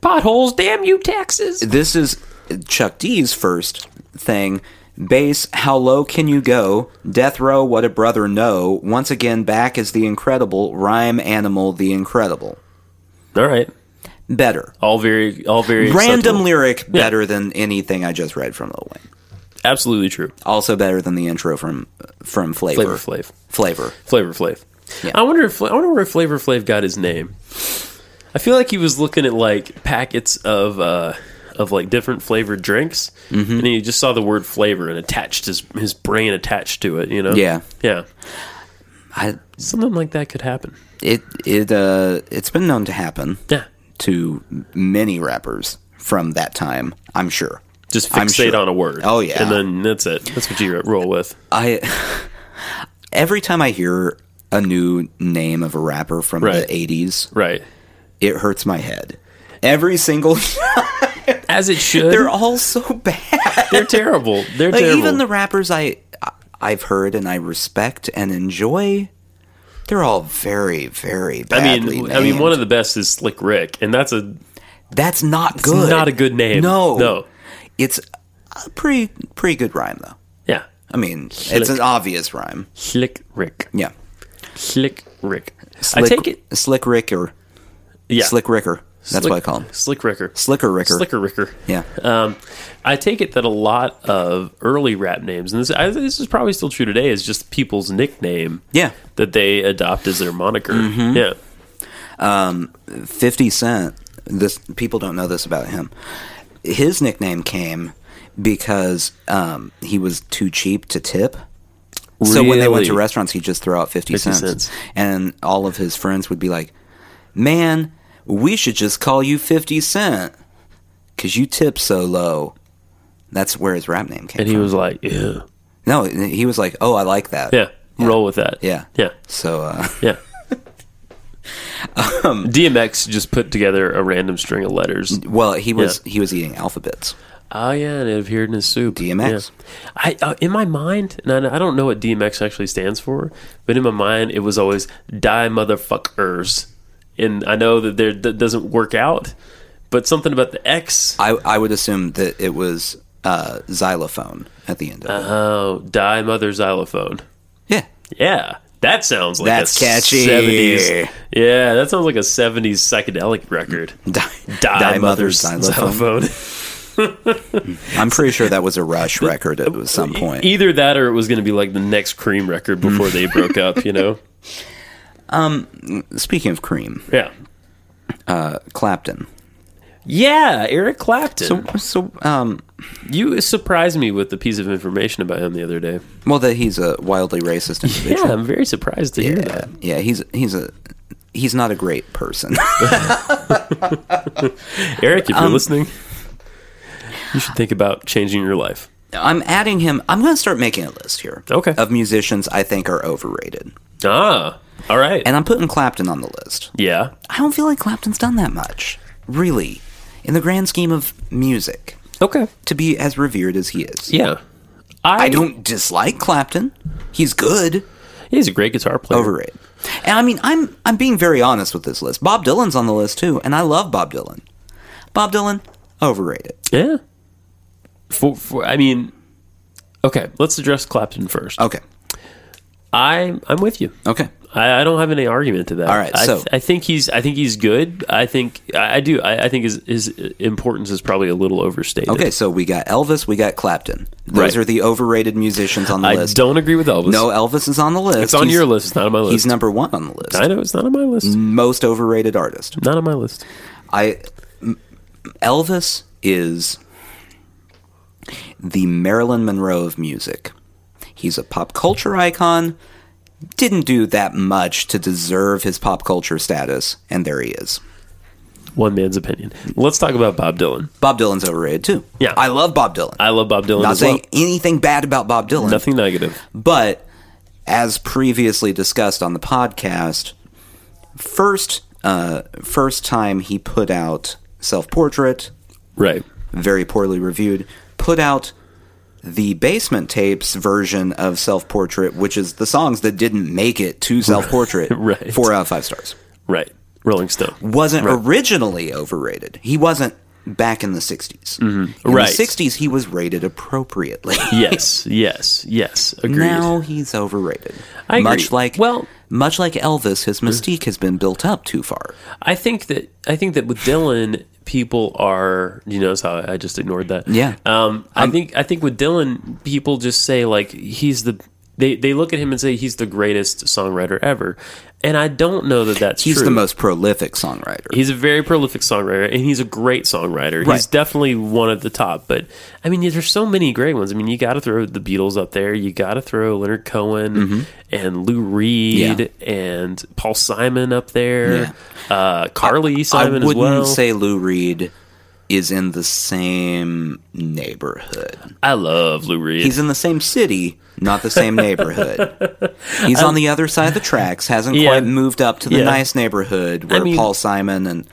Potholes, damn you, taxes. this is Chuck D's first thing. Bass, how low can you go? Death row, what a brother no. Once again, back is the incredible rhyme animal, the incredible. All right. Better. All very, all very Random acceptable. lyric, better than anything I just read from Lil Wayne. Absolutely true. also better than the intro from from Flavor Flavor. Flav. Flavor. Flavor Flav. Yeah. I wonder if I wonder where Flavor Flav got his name. I feel like he was looking at like packets of uh of like different flavored drinks, Mm-hmm. and he just saw the word flavor and attached his his brain attached to it. You know. Yeah. Yeah. I, Something like that could happen. it it uh it's been known to happen Yeah. to many rappers from that time. I'm sure. Just I'm fixate sure. on a word. Oh, yeah. And then that's it. That's what you roll with. I every time I hear a new name of a rapper from Right. the '80s, Right. it hurts my head. Every single As it should. they're all so bad. They're terrible. They're Like terrible. even the rappers I I- I've heard and I respect and enjoy, they're all very very I badly. mean, I mean, named. one of the best is Slick Rick, and that's a That's not good. not a good name. No, No. It's a pretty pretty good rhyme though. yeah, I mean, it's an obvious rhyme. Slick Rick, Yeah. Slick Rick. Slick, I take it, Slick Ricker. yeah, Slick Ricker. That's Slick- what I call him. Slick Ricker, Slicker Ricker. Slicker Ricker. Yeah. Um, I take it that a lot of early rap names, and this I, this is probably still true today, is just people's nickname Yeah. Mm-hmm. that they adopt as their moniker. Yeah, 50 Cent. This people don't know this about him. His nickname came because um, he was too cheap to tip. So when they went to Really? restaurants, he'd just throw out 50, 50 cents. cents. And all of his friends would be like, Man, we should just call you 50 Cent because you tip so low. That's where his rap name came and from. he was like, yeah, no, he was like, Oh, I like that. yeah, roll with that. Yeah. yeah, So, uh, yeah. Um, DMX just put together a random string of letters. Well, he was he was eating alphabets. Oh yeah, and it appeared in his soup. DMX. Yeah. I uh, in my mind, and I, I don't know what DMX actually stands for, but in my mind, it was always "die motherfuckers," and I know that there that doesn't work out, but something about the X. I I would assume that it was uh, xylophone at the end of it. Oh, die mother xylophone. Yeah. Yeah, that sounds like That's a catchy. 70s. Yeah, that sounds like a '70s psychedelic record. Die, Die, mother Mother's xylophone. I'm pretty sure that was a Rush record at e-, some point. Either that, or it was going to be like the next Cream record before they broke up. You know? Speaking of Cream, Yeah. Clapton. Yeah, Eric Clapton. So, so um, you surprised me with a piece of information about him the other day. well, that he's a wildly racist individual. Yeah, I'm very surprised to hear that. yeah, he's he's a he's not a great person. Eric, if you're listening, you should think about changing your life. I'm adding him. I'm going to start making a list here. Okay. Of musicians I think are overrated, Ah, all right. and I'm putting Clapton on the list. yeah. I don't feel like Clapton's done that much, really, in the grand scheme of music, Okay. to be as revered as he is. Yeah. I, I don't dislike Clapton. He's good. He's a great guitar player. Overrated. And I mean, I'm I'm being very honest with this list. Bob Dylan's on the list too, and I love Bob Dylan. Bob Dylan, overrated. Yeah. For, for I mean, okay. Let's address Clapton first. Okay. I I'm with you. Okay. I, I don't have any argument to that. All right, I, so- I think he's I think he's good. I think I, I do. I, I think his his importance is probably a little overstated. Okay, so we got Elvis, we got Clapton. Right. Those are the overrated musicians on the I list. don't agree with Elvis. No, Elvis is on the list. it's on your list. It's not on my list. He's number Mm. one on the list. I know it's not on my list. Most overrated artist. Not on my list. I M- Elvis is the Marilyn Monroe of music. He's a pop culture icon. Didn't do that much to deserve his pop culture status, and there he is. One man's opinion. Let's talk about Bob Dylan. Bob Dylan's overrated too. Yeah. I love Bob Dylan. I love Bob Dylan Not as well. saying anything bad about Bob Dylan. Nothing negative. But as previously discussed on the podcast, first uh, first time he put out Self Portrait, Right. very poorly reviewed, put out the basement tapes version of Self Portrait, which is the songs that didn't make it to Self Portrait. Right. Four out of five stars. Right. Rolling Stone. Wasn't originally overrated. He wasn't back in the 60s. In Mm-hmm. Right. the 60s, he was rated appropriately. Yes. Yes. Yes. Agreed. Now he's overrated. I agree. Much like Well- uh, well, much like Elvis, his mystique has been built up too far. I think that I think that with Dylan, people are you know so I just ignored that. Yeah. Um, I think I think with Dylan, people just say like he's the they they look at him and say he's the greatest songwriter ever, and I don't know that that's He's true. the most prolific songwriter. He's a very prolific songwriter, and he's a great songwriter. He's Right. definitely one of the top. But I mean, there's so many great ones. I mean, you got to throw the Beatles up there. You got to throw Leonard Cohen Mm-hmm. and Lou Reed and Paul Simon up there. Uh, Carly I Simon wouldn't as well. say Lou Reed is in the same neighborhood. I love Lou Reed. He's in the same city, not the same neighborhood. He's on the other side of the tracks. Hasn't Um, Yeah. quite moved up to the Yeah. nice neighborhood where mean- Paul Simon and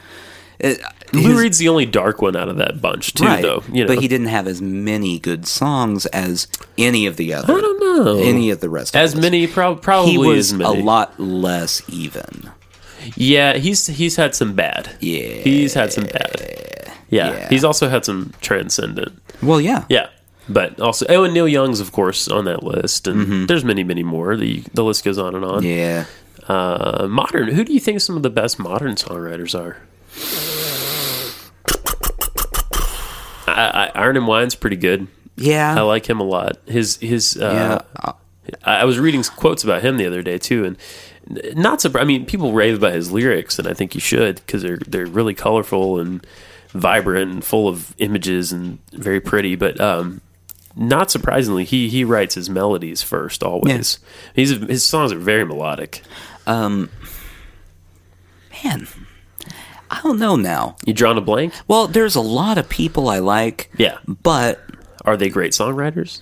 it, Lou his- Reed's the only dark one out of that bunch, too. right, Though you know, but he didn't have as many good songs as any of the other. I don't know any of the rest. as of us. many prob- probably He was as many. a lot less even. Yeah, he's he's had some bad. Yeah. he's had some bad. Yeah. Yeah. he's also had some transcendent. Well, yeah, Yeah, but also oh, and Neil Young's of course on that list, and there's many many more. The the list goes on and on. Mm-hmm. yeah. Uh, modern. Who do you think some of the best modern songwriters are? I, I, Iron and Wine's pretty good. I Yeah. like him a lot. His his uh, Uh. yeah. Uh, I I was reading quotes about him the other day too, and n- not surprised. I mean, people rave about his lyrics, and I think you should because they're they're really colorful and vibrant and full of images and very pretty. But um, not surprisingly, he he writes his melodies first always. He's his songs are very melodic. man, I don't know now. You drawn a blank? Well, there's a lot of people I like. Yeah. But Are they great songwriters?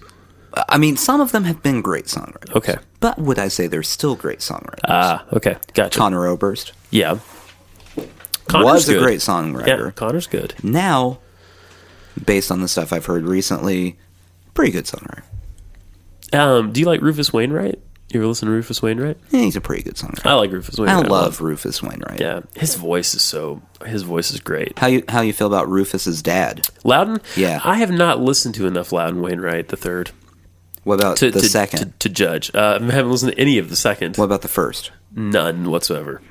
I mean, some of them have been great songwriters. Okay. Uh, But would I say they're still great songwriters? Ah, okay, gotcha. Conor Oberst, yeah, Connor's was good. a great songwriter. Yeah, Connor's good. Now, based on the stuff I've heard recently, pretty good songwriter. Um, do you like Rufus Wainwright? You ever listen to Rufus Wainwright? Yeah, he's a pretty good songwriter. I like Rufus I Wainwright. love, Rufus Wainwright. Oh, Yeah, his voice is so. His voice is great. How you how you feel about Rufus's dad? Loudon. Yeah. I have not listened to enough Loudon Wainwright the third What about to the to, second? to, to judge. Uh, I haven't listened to any of the second. what about the first? None whatsoever.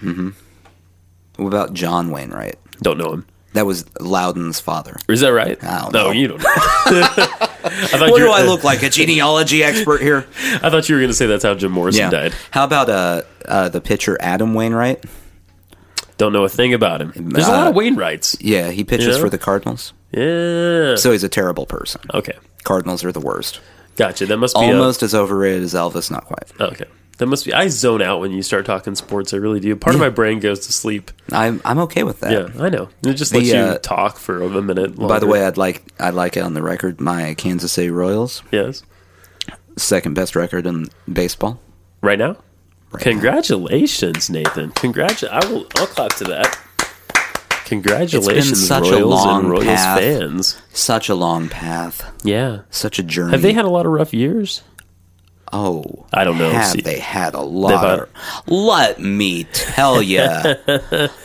What about John Wainwright? Don't know him. That was Loudon's father. Is that right? I don't no, know. you don't. Know. I thought What you do were- I look like? A genealogy expert here? I thought you were going to say that's how Jim Morrison died. How about uh, uh, the pitcher Adam Wainwright? Don't know a thing about him. There's a Uh, lot of Wainwrights. Yeah, he pitches Yeah. for the Cardinals. Yeah. So he's a terrible person. okay. Cardinals are the worst. Gotcha. That must be a- Almost as overrated as Elvis, not quite. okay. That must be. I zone out when you start talking sports. I really do. Part of my brain goes to sleep. I'm I'm okay with that. Yeah, I know. It just The, lets you uh, talk for a minute. Longer. By the way, I'd like I'd like it on the record. My Kansas City Royals, yes. second best record in baseball. Right now, congratulations, Nathan. Congratu. I will. I'll clap to that. Congratulations, such a Royals long and Royals path. fans. Such a long path, Yeah. such a journey. Have they had a lot of rough years? Oh, I don't know. Have See- they had a had- lot? of- let me tell you.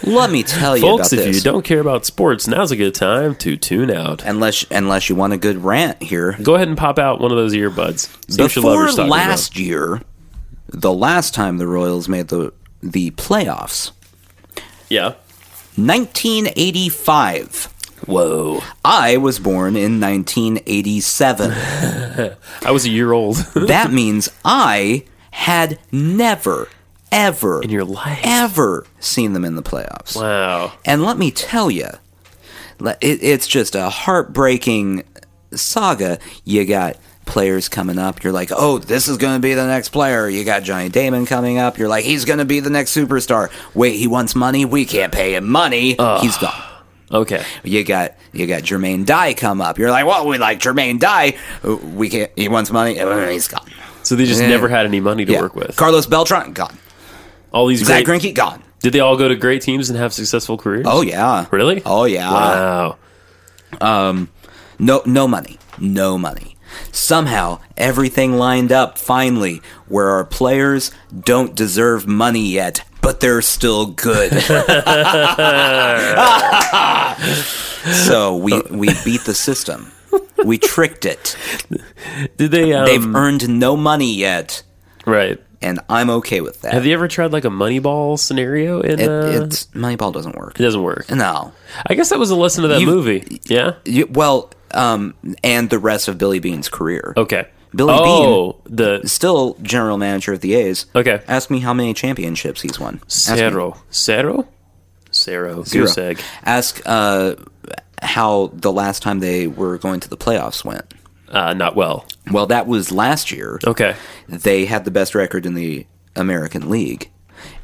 let me tell you Folks, about if this. you don't care about sports, now's a good time to tune out. unless unless you want a good rant here. Go ahead and pop out one of those earbuds. See what your Before lover's talking last year, the last time the Royals made the the playoffs, about. yeah. 1985. Whoa, I was born in 1987. I was a year old that means I had never, ever, in your life. ever seen them in the playoffs. Wow. And let me tell you, it's just a heartbreaking saga. You got players coming up. You're like, oh, this is going to be the next player. You got Johnny Damon coming up. You're like, he's going to be the next superstar. Wait, he wants money. We can't pay him money. He's gone. Okay. You got you got Jermaine Dye come up. You're like, well, we like Jermaine Dye. We can't. He wants money. Uh, He's gone. So they just Yeah. never had any money to Yeah. work with. Carlos Beltran gone. all these Zach great, Greinke gone. Did they all go to great teams and have successful careers? Oh yeah. Really? Oh yeah. Wow. No, no money. No money. Somehow, everything lined up finally where our players don't deserve money yet, but they're still good. so we, we beat the system. We tricked it. Did they? Um, They've earned no money yet, right. and I'm okay with that. Have you ever tried like a Moneyball scenario? In it, uh, it's Moneyball doesn't work. it doesn't work. No. I guess that was a lesson of that You- movie. Yeah. You- well, um, and the rest of Billy Bean's career. Okay. Billy oh, the still general manager of the A's. Okay. Ask me how many championships he's won. Ask me. Cerro. Cerro. Cerro. Zero. Goose egg. Ask uh, how the last time they were going to the playoffs went. Uh, not well. Well, that was last year. Okay. They had the best record in the American League.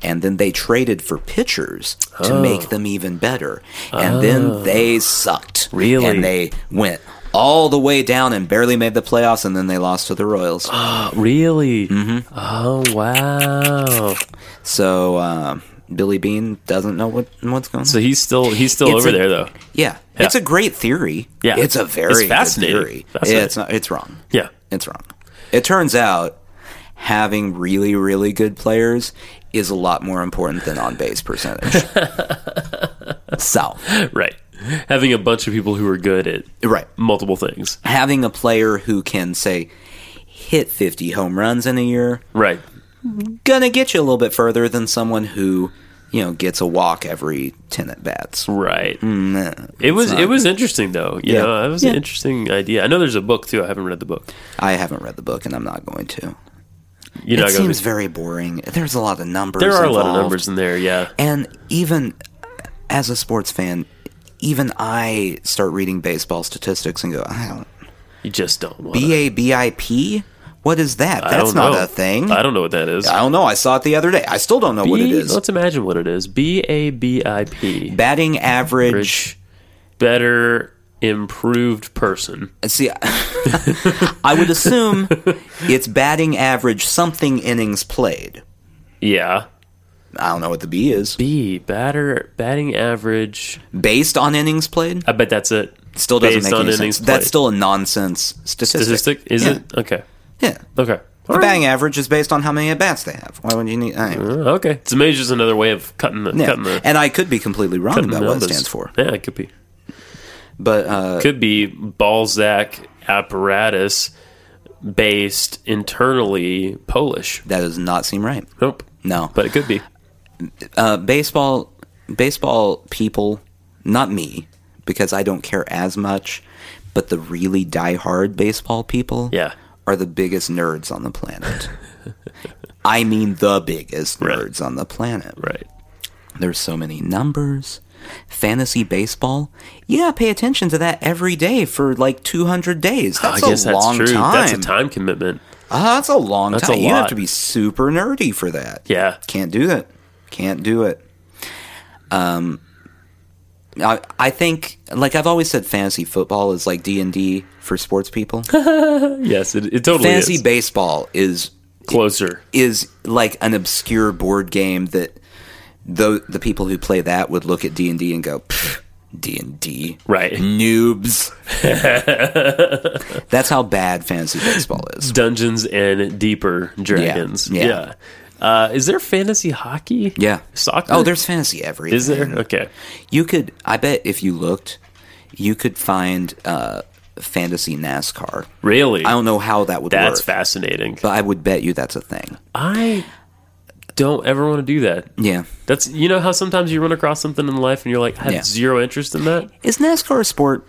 And then they traded for pitchers to Oh. make them even better. And then they sucked. Really? And they went all the way down and barely made the playoffs, and then they lost to the Royals. Really? Mm-hmm. Oh wow! So um, Billy Bean doesn't know what what's going on. So he's still he's still It's over a- there though. yeah, it's a great theory. Yeah. it's a very It's good fascinating. theory. Fascinating. It's not. It's wrong. Yeah. It's wrong. It turns out having really really good players is a lot more important than on base percentage. so Right. Having a bunch of people who are good at right, multiple things. having a player who can say hit 50 home runs in a year Right. gonna get you a little bit further than someone who you know gets a walk every 10 at bats Right. it was it was interesting though. You Yeah. know, that was an Yeah. interesting idea. I know there's a book too. I haven't read the book. I haven't read the book, and I'm not going to. You know, it I gotta seems be- very boring. There's a lot of numbers. there are a lot of involved. numbers in there. Yeah. And even as a sports fan, even I start reading baseball statistics and go, I don't. You just don't. Wanna, B A B I P? What is that? I That's don't not know. a thing. I don't know what that is. I don't know. I saw it the other day. I still don't know what it B- is. Let's imagine what it is. B A B I P. Batting average. Better improved person. See, I would assume it's batting average, something innings played. Yeah. I don't know what the B is. B batter batting average. Based on innings played, I bet that's it. still doesn't Based make on any innings sense. played. That's still a nonsense statistic. statistic. Is Yeah. it okay? Yeah. Okay. The batting average is based on how many at bats they have. Why would you need? Anyway. Uh, okay. It's maybe just another way of cutting the Yeah. cutting the And I could be completely wrong cutting about the what it numbers. stands for. Yeah, it could be. But uh, could be Balzac apparatus based internally Polish. that does not seem right. Nope. No. But it could be. uh, baseball baseball people, not me, because I don't care as much, but the really diehard baseball people Yeah. are the biggest nerds on the planet. I mean the biggest Right. nerds on the planet. Right. There's so many numbers. Fantasy baseball. You gotta pay attention to that every day for like 200 days. That's I guess a that's long true. time. That's a time commitment. Ah, that's a long That's a time. you have lot. to be super nerdy for that. Yeah. Can't do that. Can't do it. Um, I, I think, like I've always said, fantasy football is like D and D for sports people. Yes, it, it totally fantasy is. baseball is Closer. is like an obscure board game that the the people who play that would look at D and D and go, D and D, Right. Noobs. That's how bad fantasy baseball is. Dungeons and Deeper Dragons. Yeah. Yeah. Yeah. Uh, is there fantasy hockey? Yeah. Soccer? Oh, there's fantasy everywhere. Is there? Okay. You could, I bet, if you looked, you could find uh, fantasy NASCAR. Really? I don't know how that would That's work, fascinating. but I would bet you that's a thing. I don't ever want to do that. Yeah, That's you know how sometimes you run across something in life and you're like, I have Yeah. zero interest in that. is NASCAR a sport?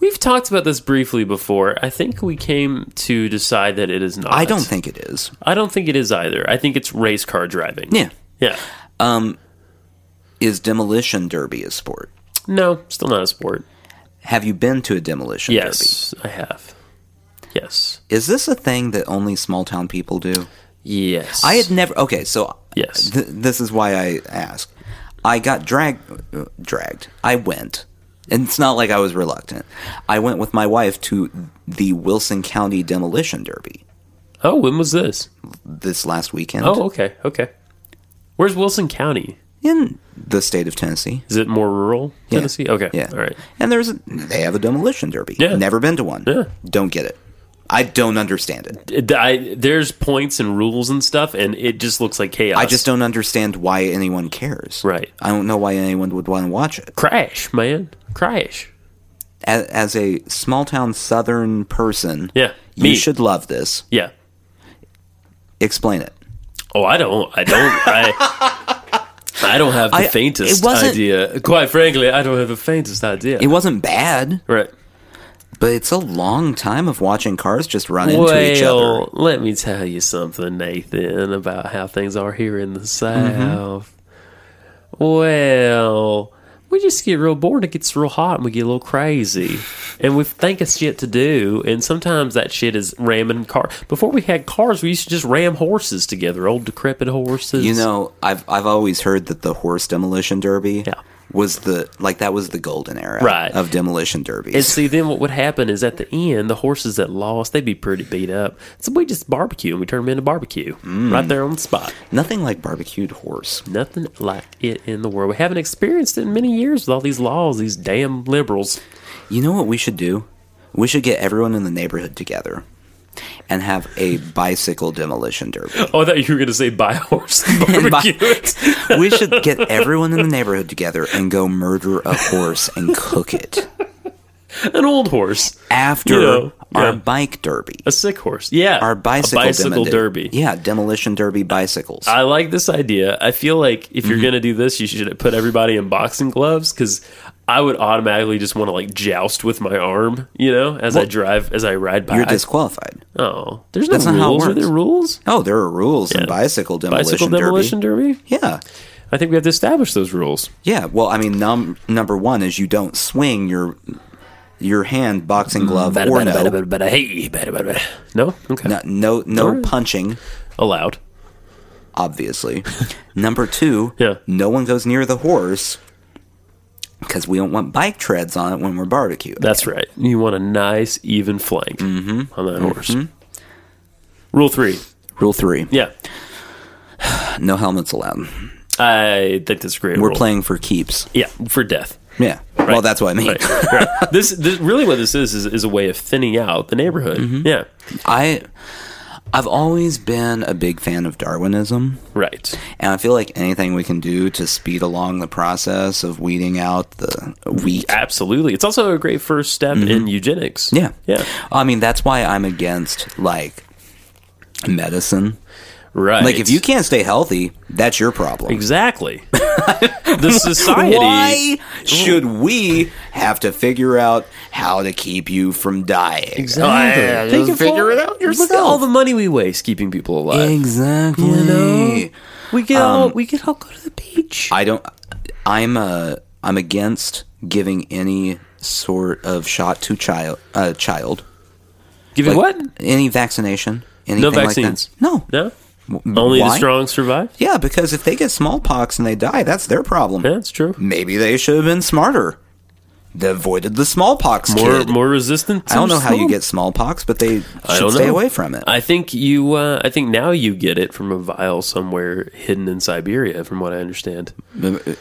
We've talked about this briefly before. I think we came to decide that it is not. I don't think it is. I don't think it is either. I think it's race car driving. Yeah, Yeah. is demolition derby a sport? No, still not a sport. Have you been to a demolition derby? Yes, I have. Yes. Is this a thing that only small town people do? Yes. I had never. Okay, so Yes. th- this is why I ask. I got dragged, uh, dragged. I went, and it's not like I was reluctant. I went with my wife to the Wilson County Demolition Derby Oh, when was this? this last weekend Oh, okay, okay. Where's Wilson County? in the state of Tennessee. Is it more rural Tennessee? Okay. Yeah, All right. And there's a, they have a demolition derby. Yeah. never been to one. Yeah. Don't get it. I don't understand it. D- I, there's points and rules and stuff, and it just looks like chaos. I just don't understand why anyone cares. Right. I don't know why anyone would want to watch it. crash, man, crash. As, as a small town Southern person, Yeah, You me. should love this. Yeah. Explain it. Oh, I don't. I don't. I. I don't have the I- it faintest wasn't- idea. Quite frankly, I don't have the faintest idea. It wasn't bad, right. but it's a long time of watching cars just run into each other. Well, let me tell you something, Nathan, about how things are here in the Mm-hmm. South. Well, we just get real bored. It gets real hot, and we get a little crazy, and we think of shit to do. And sometimes that shit is ramming car. Before we had cars, we used to just ram horses together, old decrepit horses. You know, I've I've always heard that the horse demolition derby Yeah. was the like that was the golden era Right. of demolition derbies. And see, then what would happen is at the end, the horses that lost, they'd be pretty beat up. So we just barbecue and we turn them into barbecue Mm. right there on the spot. Nothing like barbecued horse. Nothing like it in the world. We haven't experienced it in many years with all these laws, these damn liberals. You know what we should do? We should get everyone in the neighborhood together and have a bicycle demolition derby. Oh, I thought you were going to say buy a horse And and buy- barbecue it. we should get everyone in the neighborhood together and go murder a horse and cook it An old horse. after You know, our yeah. bike derby. A sick horse. Yeah. our bicycle, a bicycle demo- derby. Yeah, demolition derby bicycles. I like this idea. I feel like if Mm-hmm. you're going to do this, you should put everybody in boxing gloves because I would automatically just want to like joust with my arm, you know, as I drive, as I ride by. You're disqualified. oh, there's no That's rules. not how it Are there works. rules? Oh, there are rules in bicycle demolition Bicycle derby. demolition derby? Yeah. I think we have to establish those rules. Yeah, well, I mean, num- number 1 is you don't swing your your hand boxing glove or no. No? Okay. No no, no punching, Allowed. obviously. number 2, Yeah. no one goes near the horse cuz we don't want bike treads on it when we're barbecuing. That's right. You want a nice, even flank Mm-hmm. on that horse. Rule three. Rule 3. Yeah. No helmets allowed. I think that's a great. We're rule. playing for keeps. yeah, for death. Yeah. Well, that's what I mean. Right, right. This, this really what this is is, is a way of thinning out the neighborhood. Mm-hmm. Yeah, I I've always been a big fan of Darwinism, right. and I feel like anything we can do to speed along the process of weeding out the weak. Absolutely, it's also a great first step in eugenics. Mm-hmm. Yeah. yeah, I mean, that's why I'm against like medicine. right. Like if you can't stay healthy, that's your problem. exactly the society. Why should we have to figure out how to keep you from dying? Exactly. Think of all- Look at all yourself. the money we waste keeping people alive. Exactly. You know, we get all we could all go to the beach. Um, I don't. I'm uh, I'm against giving any sort of shot to child. Uh, child. Giving Like, what? Any vaccination? Anything No like that. vaccines. No. No. Only the why? strong survive. Yeah, because if they get smallpox and they die, that's their problem. Yeah, that's true. Maybe they should have been smarter. They avoided the smallpox. More kid. more resistant. To I don't know how you small- get smallpox, but they I should don't stay know. away from it. I think you. Uh, I think now you get it from a vial somewhere hidden in Siberia, from what I understand.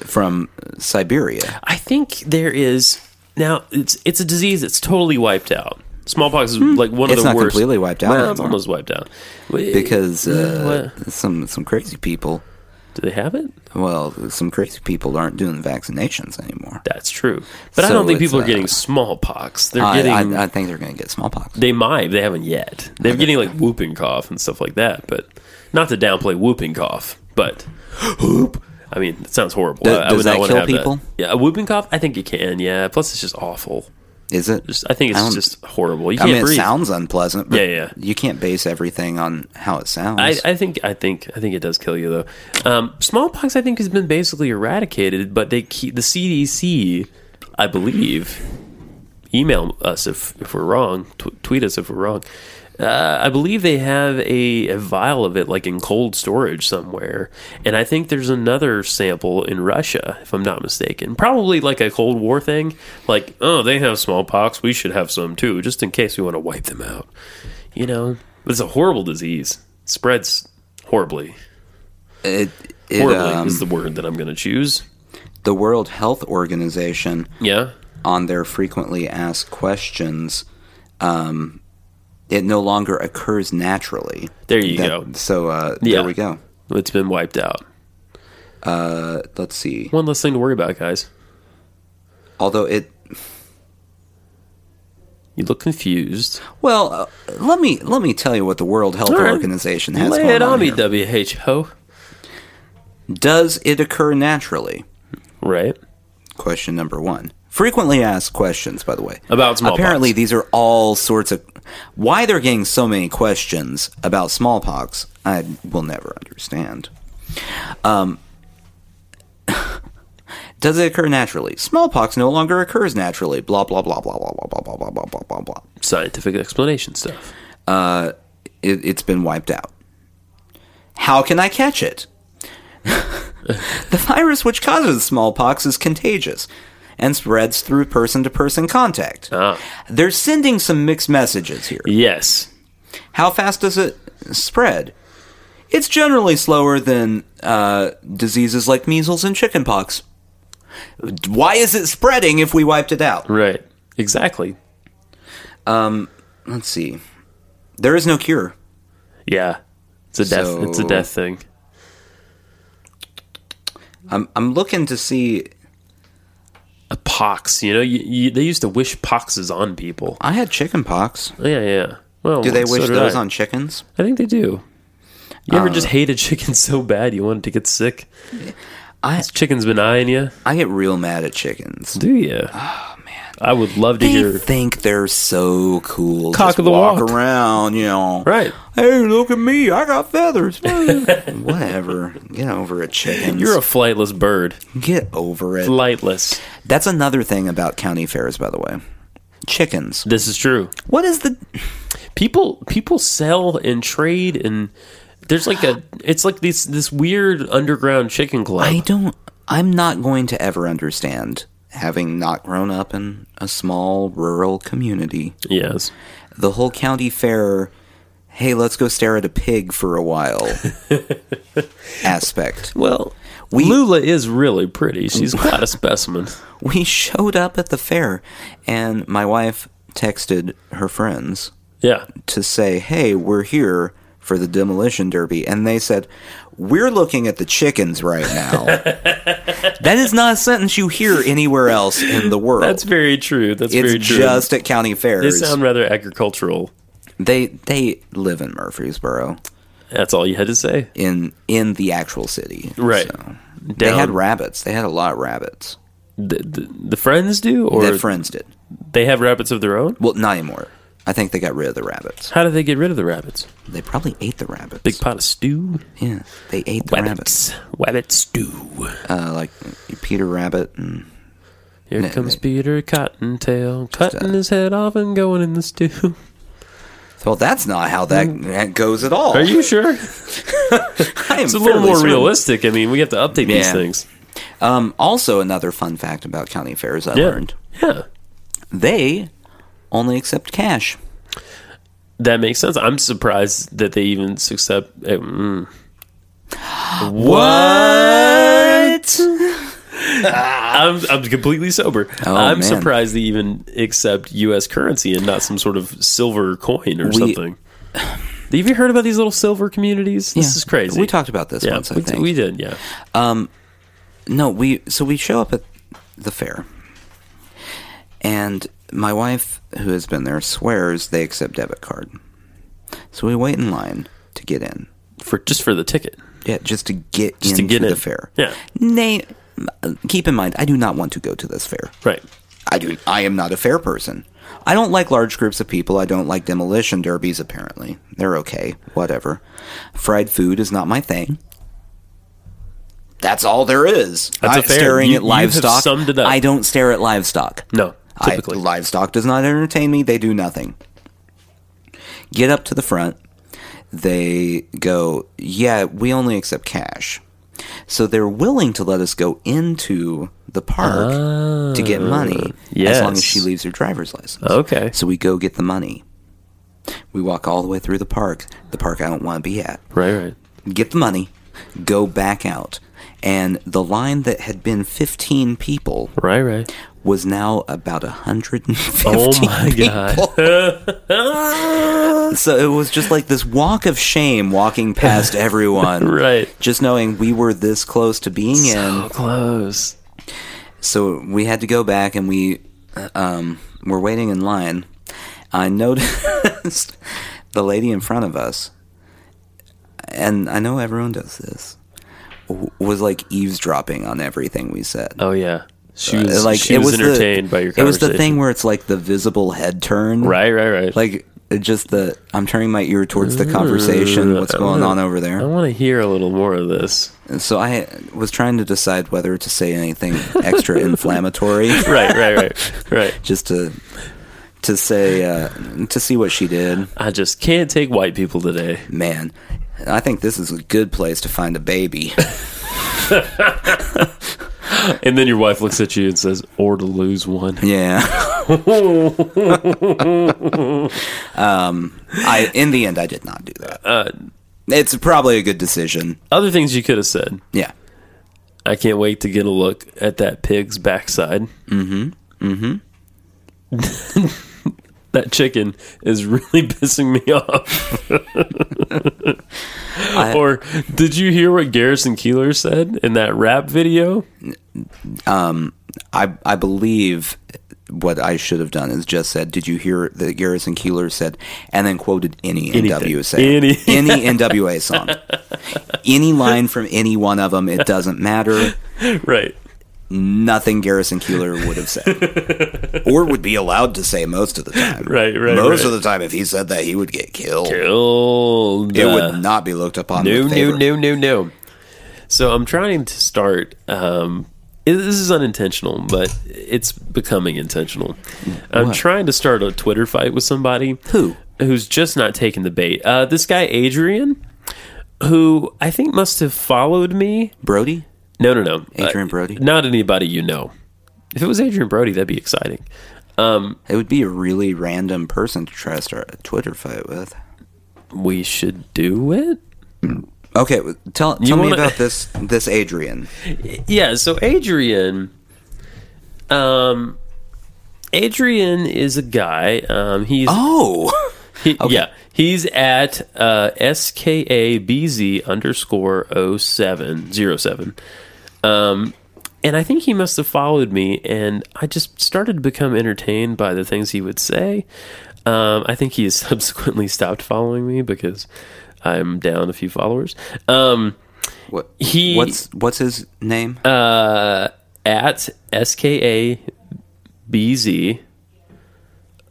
from Siberia. I think there is now. It's it's a disease that's totally wiped out. Smallpox is like one of Hmm. It's the not worst. completely wiped out Well, it's anymore. almost wiped out. Because uh, What? some some crazy people, do they have it? well, some crazy people aren't doing vaccinations anymore. That's true. But I So don't think people it's, are getting uh, smallpox. They're I, getting. I, I think they're going to get smallpox. they might. They haven't yet. They're getting like whooping cough and stuff like that. But not to downplay whooping cough, but whoop. I mean, it sounds horrible. Does- I, I does would not that want to kill have people? Yeah, a whooping cough. I think it can. Yeah. Plus, it's just awful. Is it? Just, I think it's don't- just horrible. You I can't mean, it breathe. sounds unpleasant. But Yeah, yeah. You can't base everything on how it sounds. I, I think I think I think it does kill you though. Um, smallpox I think has been basically eradicated, but they keep the CDC, I believe. Email us if, if we're wrong. Tw- tweet us if we're wrong. Uh, I believe they have a, a vial of it like in cold storage somewhere, and I think there's another sample in Russia, if I'm not mistaken. Probably like a Cold War thing. Like, oh, they have smallpox, we should have some too, just in case we want to wipe them out you know, it's a horrible disease. It spreads horribly. it, it, Horribly um, is the word that I'm going to choose. the World Health Organization Yeah. on their frequently asked questions, um, it no longer occurs naturally. There you That- go. So uh, Yeah. there we go. It's been wiped out. Uh, let's see. One less thing to worry about, guys. Although it, You look confused. well, uh, let me let me tell you what the World Health All right. Organization has Lay going it on me, here. WHO. Does it occur naturally? Right. Question number one. Frequently asked questions, by the way. About smallpox. Apparently, these are all sorts of. Why they're getting so many questions about smallpox, I will never understand. Um, does it occur naturally? Smallpox no longer occurs naturally. Blah, blah, blah, blah, blah, blah, blah, blah, blah, blah, blah, blah, blah. Scientific explanation stuff. It, it's been wiped out. How can I catch it? the virus which causes smallpox is contagious and spreads through person to person contact. Ah. They're sending some mixed messages here. Yes. How fast does it spread? It's generally slower than uh, diseases like measles and chickenpox. Why is it spreading if we wiped it out? Right. Exactly. Let's see. There is no cure. Yeah. It's a death. So- It's a death thing. I'm, I'm looking to see. A pox. You know, you, you, they used to wish poxes on people. I had chickenpox. Yeah, yeah. Well, Do they Oh, so wish did those I. on chickens? I think they do. You ever Uh, just hated chicken so bad you wanted to get sick? I Chicken's been eyeing you. I get real mad at chickens. Do you? Oh man, I would love to They hear. think they're so cool. Cock Just of the walk walk. around, you know. Right, Hey, look at me! I got feathers. Whatever. Get over it, chickens. you're a flightless bird. Get over it. Flightless. That's another thing about county fairs, by the way. Chickens. This is true. What is the? People people sell and trade and there's like a it's like this this weird underground chicken club. I don't. I'm not going to ever understand. Having not grown up in a small rural community, yes. the whole county fair hey, let's go stare at a pig for a while aspect. Well, We- Lula is really pretty. She's quite a specimen. We showed up at the fair, and my wife texted her friends Yeah. to say, hey, we're here for the demolition derby. And they said, we're looking at the chickens right now. that is not a sentence you hear anywhere else in the world. That's very true. That's it's very true. just at county fairs. they sound rather agricultural. They they live in Murfreesboro That's all you had to say. in in the actual city. Right. So, Down, They had rabbits. They had a lot of rabbits. the, the, the friends do, or Their friends did. they have rabbits of their own. Well, not anymore. I think they got rid of the rabbits. How do they get rid of the rabbits? They probably ate the rabbits. Big pot of stew. yeah, they ate the rabbits. Rabbits. Rabbit stew. Uh, like Peter Rabbit and Here No, comes they- Peter Cottontail, cutting uh, his head off and going in the stew. Well, that's not how that, that goes at all. Mm. Are you sure? It's It's a little more realistic. I mean, we have to update these Yeah. things. Um, also, another fun fact about county fairs I Yeah. learned: Yeah. they only accept cash. That makes sense. I'm surprised that they even accept. eh, Mm. What? I'm I'm completely sober. Oh, I'm man. surprised they even accept U.S. currency and not some sort of silver coin or We- something. Have you heard about these little silver communities? This is crazy. We talked about this yeah, once. I we, think we did. Yeah, no, we so we show up at the fair, and my wife, who has been there, swears they accept debit card. So we wait in line to get in. for just for the ticket, Yeah, just to get just into to get the in fair. Yeah, Nay, keep in mind, I do not want to go to this fair. right. I do. I am not a fair person. I don't like large groups of people. I don't like demolition derbies. Apparently, they're okay. Whatever. Fried food is not my thing. That's all there is. That's a I- fair- Staring you- at you have livestock. summed it up. I don't stare at livestock. No, I- typically livestock does not entertain me. They do nothing. Get up to the front. They go, yeah, we only accept cash. So they're willing to let us go into the park to get money as long Oh, yes. as she leaves her driver's license. Okay. So we go get the money. We walk all the way through the park, the park I don't want to be at right, right. get the money, go back out. And the line that had been 15 people Right, right. was now about 150 Oh my people. so it was just like this walk of shame walking past everyone. Right. Just knowing we were this close to being So in. close. So we had to go back and we um, were waiting in line. I noticed the lady in front of us, and I know everyone does this, w- was like eavesdropping on everything we said. Oh yeah. She was like she was, entertained the, by your It was conversation. the thing where it's like the visible head turn, Right, right, right. Like it just the I'm turning my ear towards the conversation. What's going on over I there? want to hear a little more of this. And so I was trying to decide whether to say anything extra inflammatory. Right, right, right, right. just to to say uh, to see what she did. I just can't take white people today. Man, I think this is a good place to find a baby. And then your wife looks at you and says, "Or to lose one." Yeah. um, Um, I in the end, I did not do that. it's probably a good decision. Other things you could have said. Yeah. I can't wait to get a look at that pig's backside. Mm-hmm. Mm-hmm. that chicken is really pissing me off. or did you hear what Garrison Keeler said in that rap video? I I believe what I should have done is just said, "Did you hear that Garrison Keeler said?" and then quoted any NWA song, Any- any NWA song, any line from any one of them. It doesn't matter. Right. nothing Garrison Keeler would have said, or would be allowed to say most of the time. Right, right, Most right. of the time, if he said that, he would get killed. Oh, It would not be looked upon. No, with no, favor. no, no, no. So I'm trying to start. Um, it- this is unintentional, but it's becoming intentional. I'm trying to start a Twitter fight with somebody Who? who's just not taking the bait. Uh, this guy Adrian, who I think must have followed me. Brody. No, no, no, Adrian Uh, Brody? not anybody you know. If it was Adrian Brody, that'd be exciting. It would be a really random person to try to start a Twitter fight with. we should do it. Okay, well, tell tell me wanna- about this this Adrian. Yeah, so Adrian um Adrian is a guy. Um he's Oh, he- yeah, he's at uh SKABZ underscore 0707. Um and I think he must have followed me and I just started to become entertained by the things he would say. Um I think he has subsequently stopped following me because I'm down a few followers. Um what, He- Uh, what's what's his name? at skabz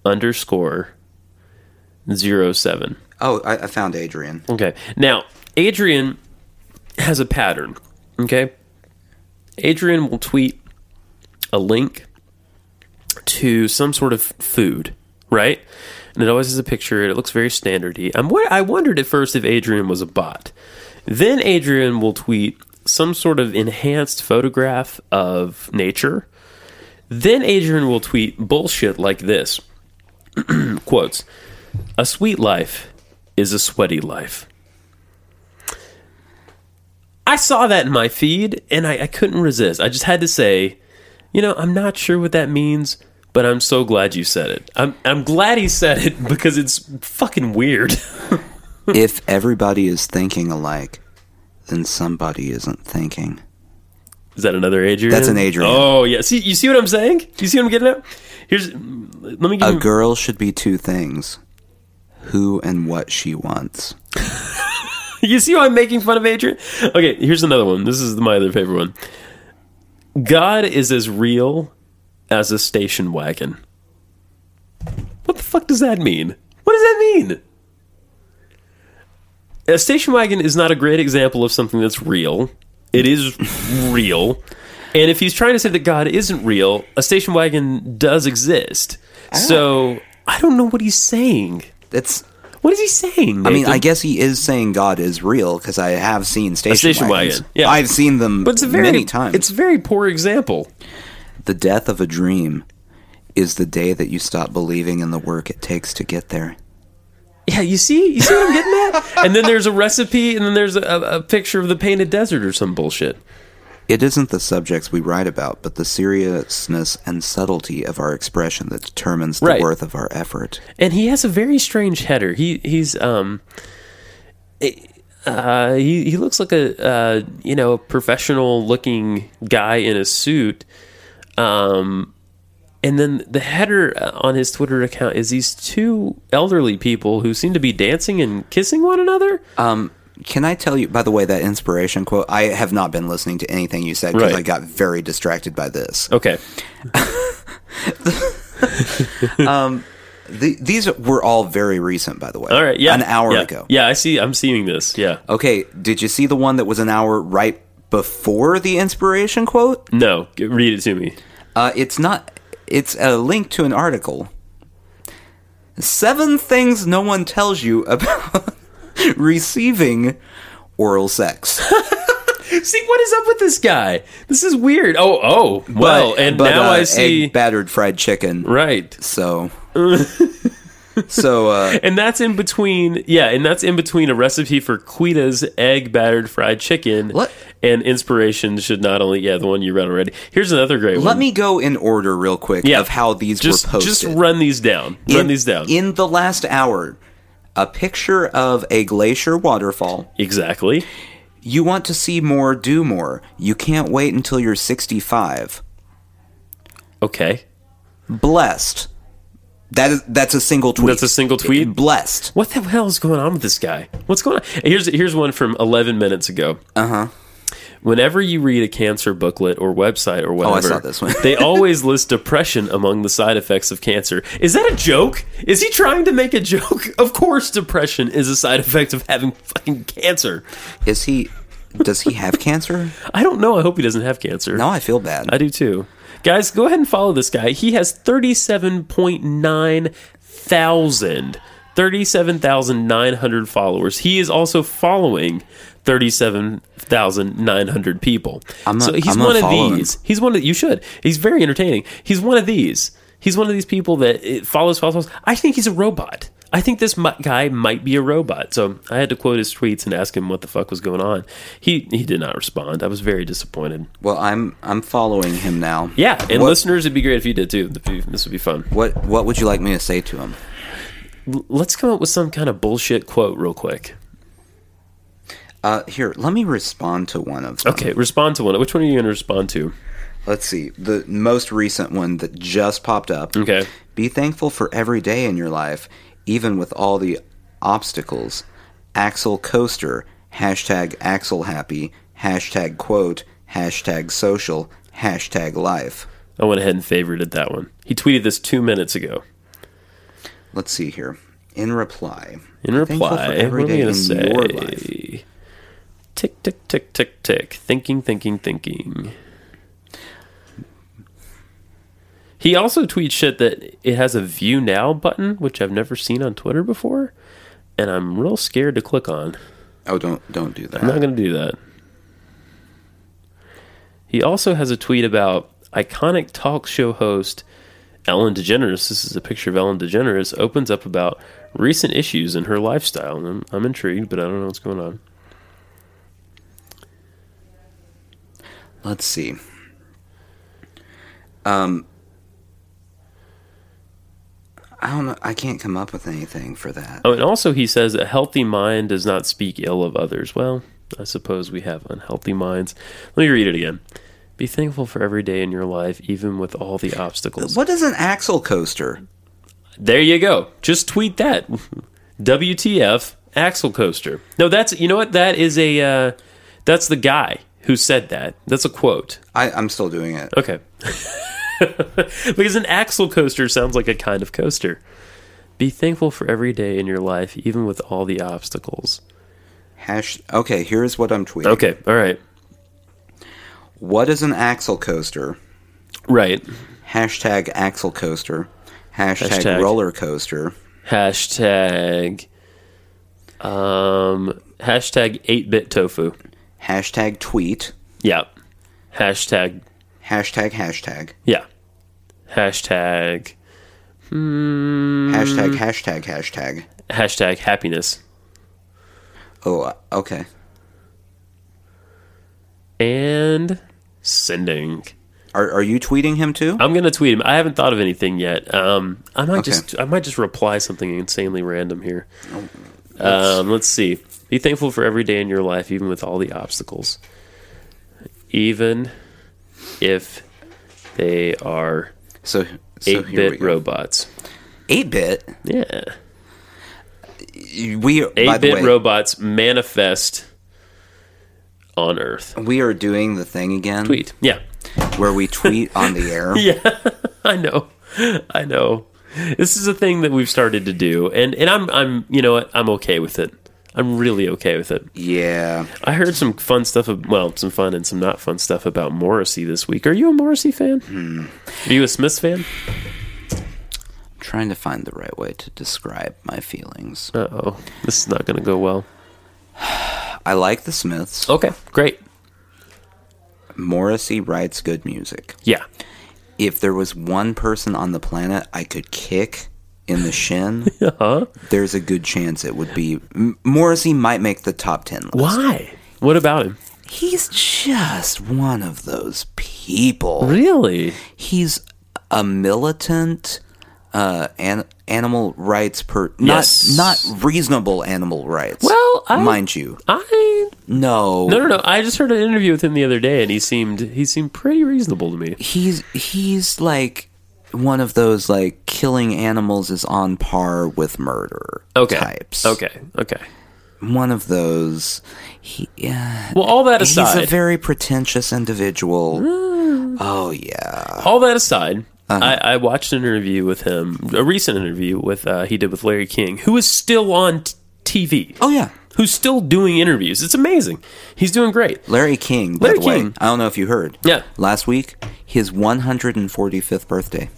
underscore zero seven. oh, I, I found Adrian. Okay. Now, Adrian has a pattern. Okay. Adrian will tweet a link to some sort of food, right? And it always has a picture and it looks very standardy. I'm, wo- I wondered at first if Adrian was a bot. Then Adrian will tweet some sort of enhanced photograph of nature. Then Adrian will tweet bullshit like this quotes A sweet life is a sweaty life. I saw that in my feed and I, I couldn't resist. I just had to say, you know, I'm not sure what that means, but I'm so glad you said it. I'm, I'm glad he said it because it's fucking weird. if everybody is thinking alike, then somebody isn't thinking. Is that another Adrian? That's an Adrian. Oh yeah. See, you see what I'm saying? You see what I'm getting at? Here's. Let me give A you. girl should be two things: who and what she wants. You see how I'm making fun of Adrian? Okay. Here's another one. This is my other favorite one. God is as real as a station wagon. What the fuck does that mean? What does that mean? A station wagon is not a great example of something that's real. It is real. And if he's trying to say that God isn't real, a station wagon does exist. Ah. so I don't know what he's saying. That's. What is he saying? I mean, Nathan? I guess he is saying God is real because I have seen station, station wagons. wagon, yeah. I've seen them but it's a very many times. It's a very poor example. The death of a dream is the day that you stop believing in the work it takes to get there. Yeah, you see, you see what I'm getting at. and then there's a recipe, and then there's a, a picture of the painted desert or some bullshit. It isn't the subjects we write about, but the seriousness and subtlety of our expression that determines the Right. worth of our effort. and he has a very strange header. He he's um, eh, uh, he he looks like a uh, you know professional looking guy in a suit, um, and then the header on his Twitter account is these two elderly people who seem to be dancing and kissing one another. Can I tell you, by the way, that inspiration quote? I have not been listening to anything you said because Right. I got very distracted by this. okay, The, these were all very recent, by the way. all right, yeah, An hour yeah. ago. Yeah, I see. I'm seeing this. Yeah, Okay, did you see the one that was an hour right before the inspiration quote? no, g- read it to me. Uh, it's not. It's a link to an article. Seven things no one tells you about receiving oral sex. See what is up with this guy? This is weird. Oh, oh, well, But- and but, now uh, I see. egg battered fried chicken. Right. So, so uh, And that's in between, yeah, and that's in between a recipe for Quita's egg battered fried chicken Let- and inspiration should not only, yeah, the one you read already. Here's another great one. let me go in order real quick yeah, of how these just were posted. just run these down. Run in, these down. in the last hour. A picture of a glacier waterfall. exactly. You want to see more, do more. You can't wait until you're 65. Okay, blessed. That is that's a single tweet. that's a single tweet. Blessed. What the hell is going on with this guy? What's going on? Here's here's one from 11 minutes ago. Uh huh. Uh-huh. Whenever you read a cancer booklet or website or whatever, Oh, I saw this one. they always list depression among the side effects of cancer. Is that a joke? Is he trying to make a joke? Of course, depression is a side effect of having fucking cancer. Is he? Does he have cancer? I don't know. I hope he doesn't have cancer. Now I feel bad. I do too. Guys, go ahead and follow this guy. He has 37.9 thousand, 37,900 followers. He is also following 37,900 people. I'm so gonna- he's I'm gonna one of follow him. these. He's one of you should. He's very entertaining. He's one of these. He's one of these people that it follows follows. follows. I think he's a robot. I I think this mi- guy might be a robot. So I had to quote his tweets and ask him what the fuck was going on. He he did not respond. I was very disappointed. Well, I'm I'm following him now. Yeah, and what, listeners, it'd be great if you did too. If you- This would be fun. what what would you like me to say to him? L- let's come up with some kind of bullshit quote real quick. Uh, here, let me respond to one of them. Okay, respond to one. Which one are you going to respond to? Let's see. The most recent one that just popped up. Okay. Be thankful for every day in your life, even with all the obstacles. Axel Coaster, hashtag Axel Happy, hashtag quote, hashtag social, hashtag life. I went ahead and favorited that one. He tweeted this two minutes ago. Let's see here. In reply. In be thankful reply, what am I going to your life. say? Tick, tick, tick, tick, tick. Thinking, thinking, thinking. He also tweets shit that it has a view now button, which I've never seen on Twitter before, and I'm real scared to click on. Oh, don't don't do that. I'm not going to do that. He also has a tweet about iconic talk show host Ellen DeGeneres. This is a picture of Ellen DeGeneres. Opens up about recent issues in her lifestyle. And I'm, I'm intrigued, but I don't know what's going on. Let's see. Um, I don't know. I can't come up with anything for that. Oh, and also he says a healthy mind does not speak ill of others. Well, I suppose we have unhealthy minds. Let me read it again. Be thankful for every day in your life, even with all the obstacles. What is an axle coaster? There you go. Just tweet that. WTF axle coaster. No, that's you know what that is a uh, that's the guy who said that. That's a quote. I, I'm still doing it. Okay. because an axle coaster sounds like a kind of coaster. Be thankful for every day in your life, even with all the obstacles. Hash. Okay, here's what I'm tweeting. Okay, all right. What is an axle coaster? Right. Hashtag axle coaster. Hashtag, Hashtag. roller coaster. Hashtag um hashtag eight bit tofu. Hashtag tweet. Yeah. Hashtag Hashtag hashtag. Yeah. Hashtag Mm. Hashtag hashtag hashtag. hashtag happiness. Oh, uh, okay. And sending. Are, are you tweeting him too? I'm gonna tweet him. I haven't thought of anything yet. Um, I might Okay. Oh, just I might just reply something insanely random here. Um, let's see. Be thankful for every day in your life, even with all the obstacles, even if they are So, so eight here we bit go. robots. 8 bit? Yeah, We are, by eight the bit way, robots manifest on Earth. we are doing the thing again Tweet. Yeah. where we tweet on the air. I know. I know. This is a thing that we've started to do and and I'm I'm you know what? I'm okay with it. I'm really okay with it. Yeah. I heard some fun stuff ab- well, some fun and some not fun stuff about Morrissey this week. Are you a Morrissey fan? Are you a Smiths fan? I'm trying to find the right way to describe my feelings. Uh-oh. This is not going to go well. I like the Smiths. Okay, great. Morrissey writes good music. Yeah. if there was one person on the planet I could kick in the shin, Uh-huh. there's a good chance it would be M- Morrissey. Might make the top ten list. Why? What about him? He's just one of those people. Really? He's a militant uh, an- animal rights per not Yes. not reasonable animal rights. Well, I- mind you, I no, No, no, no. I just heard an interview with him the other day and he seemed he seemed pretty reasonable to me. he's he's like one of those like killing animals is on par with murder Okay. types. Okay. Okay. one of those. He, yeah, Well, all that he's aside, Mm. a very pretentious individual. Oh yeah, all that aside, Uh-huh. I, I watched an interview with him, a recent interview with uh, he did with Larry King, who is still on t- TV, oh yeah. who's still doing interviews. It's amazing. He's doing great. Larry King. By Larry the way, King. I don't know if you heard. Yeah. last week his 145th birthday.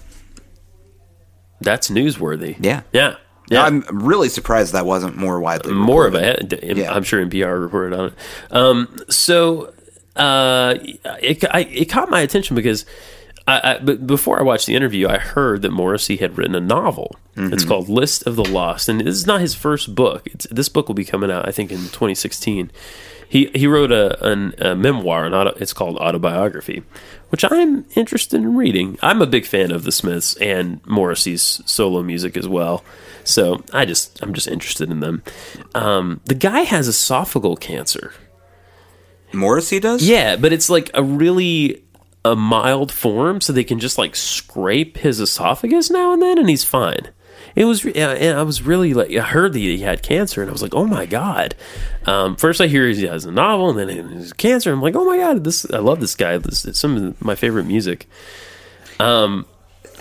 That's newsworthy. Yeah. Yeah. Yeah. I'm really surprised that wasn't more widely. more of a head. Yeah. I'm sure NPR reported on it. Um, so uh, it, I, it caught my attention because I, I, but before I watched the interview, I heard that Morrissey had written a novel. It's called List of the Lost, and this is not his first book. It's, this book will be coming out, I think, in 2016. He he wrote a, an, a memoir, an auto, it's called Autobiography, which I'm interested in reading. I'm a big fan of the Smiths and Morrissey's solo music as well, so I just I'm just interested in them. Um, the guy has esophageal cancer. Morrissey does? Yeah, but it's like a really a mild form, so they can just like scrape his esophagus now and then, and he's fine. It was, re- uh, and I was really like, I heard that he had cancer, and I was like, oh my god. Um, first, I hear he has a novel, and then he has cancer. I'm like, oh my god, this I love this guy. This is some of my favorite music. Um,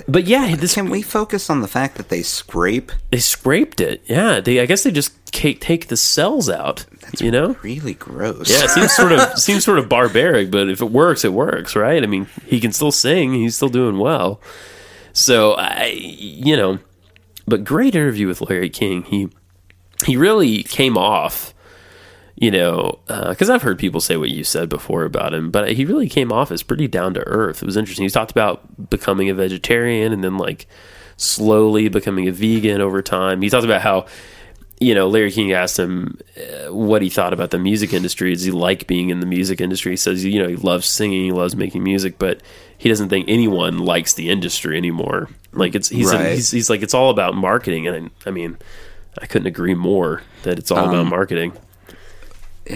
but yeah, this Can we focus on the fact that they scrape? they scraped it. Yeah, they I guess they just ca- take the cells out. you know, Really gross. Yeah, it seems sort of seems sort of barbaric, but if it works, it works, right? I mean, he can still sing; he's still doing well. So I, you know, but great interview with Larry King. He he really came off, you know, because I've heard people say what you said before about him, but he really came off as pretty down to earth. It was interesting. He talked about becoming a vegetarian and then like slowly becoming a vegan over time. He talked about how you know, Larry King asked him uh, what he thought about the music industry. Does he like being in the music industry? He says, you know, he loves singing, he loves making music, but he doesn't think anyone likes the industry anymore. Like it's he's Right. he's, he's like it's all about marketing, and I, I mean, I couldn't agree more that it's all about marketing.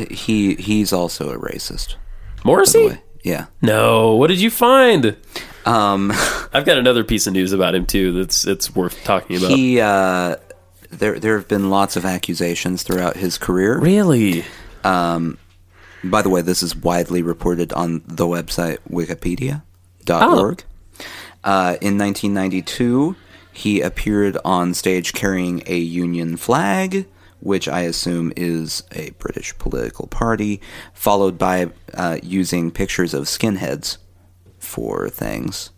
He he's also a racist. by the Morrissey? way. Yeah. No, what did you find? Um I've got another piece of news about him too. That's it's worth talking about. he uh there there have been lots of accusations throughout his career. really? By the way, this is widely reported on the website wikipedia.org. Oh. Uh, in 1992, he appeared on stage carrying a Union flag, which I assume is a British political party, followed by uh, using pictures of skinheads for things.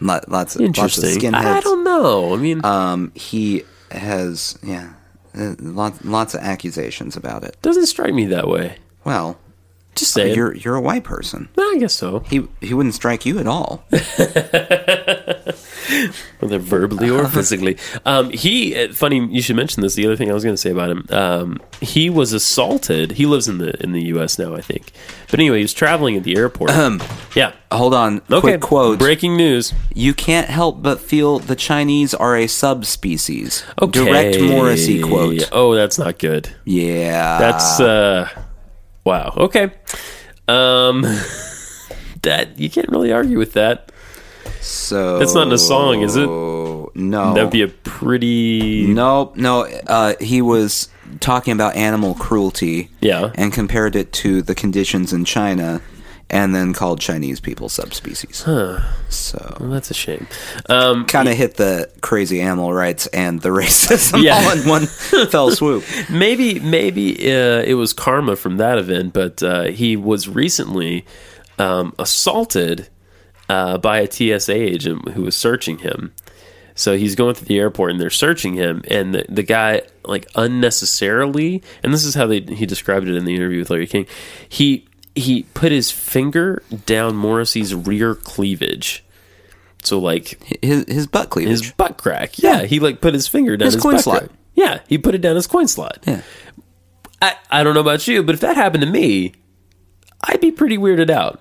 Lo- Lots of, lots of Interesting. I skinheads. don't know. I mean, Um, he has, yeah, uh, lots, lots of accusations about it. doesn't strike me that way. Well, Just saying. you're you're a white person. I guess so. He he wouldn't strike you at all. whether verbally or physically. Um, he, uh, funny, you should mention this. The other thing I was going to say about him, um, he was assaulted. He lives in the in the U.S. now, I think. But anyway, he was traveling at the airport. yeah. Hold on, Okay. Um, quick quote. Breaking news. You can't help but feel the Chinese are a subspecies. Okay. Direct Morrissey quote. Oh, that's not good. Yeah. That's uh, wow. Okay. Um, that you can't really argue with that. so. That's not in a song, is it? No. That'd be a pretty no, no. Uh, he was talking about animal cruelty. Yeah. And compared it to the conditions in China, and then called Chinese people subspecies. So. Well, that's a shame. Um, Kind of hit the crazy animal rights and the racism Yeah. all in one fell swoop. maybe maybe uh, it was karma from that event, but uh, he was recently um, assaulted uh, by a TSA agent who was searching him. So he's going through the airport and they're searching him, and the, the guy like unnecessarily, and this is how they he described it in the interview with Larry King. He he put his finger down Morrissey's rear cleavage. So like His, his butt cleavage. his butt crack. Yeah, he like put his finger down his, His coin butt slot. crack. Yeah, he put it down his coin slot. Yeah. I, I don't know about you, but if that happened to me, I'd be pretty weirded out.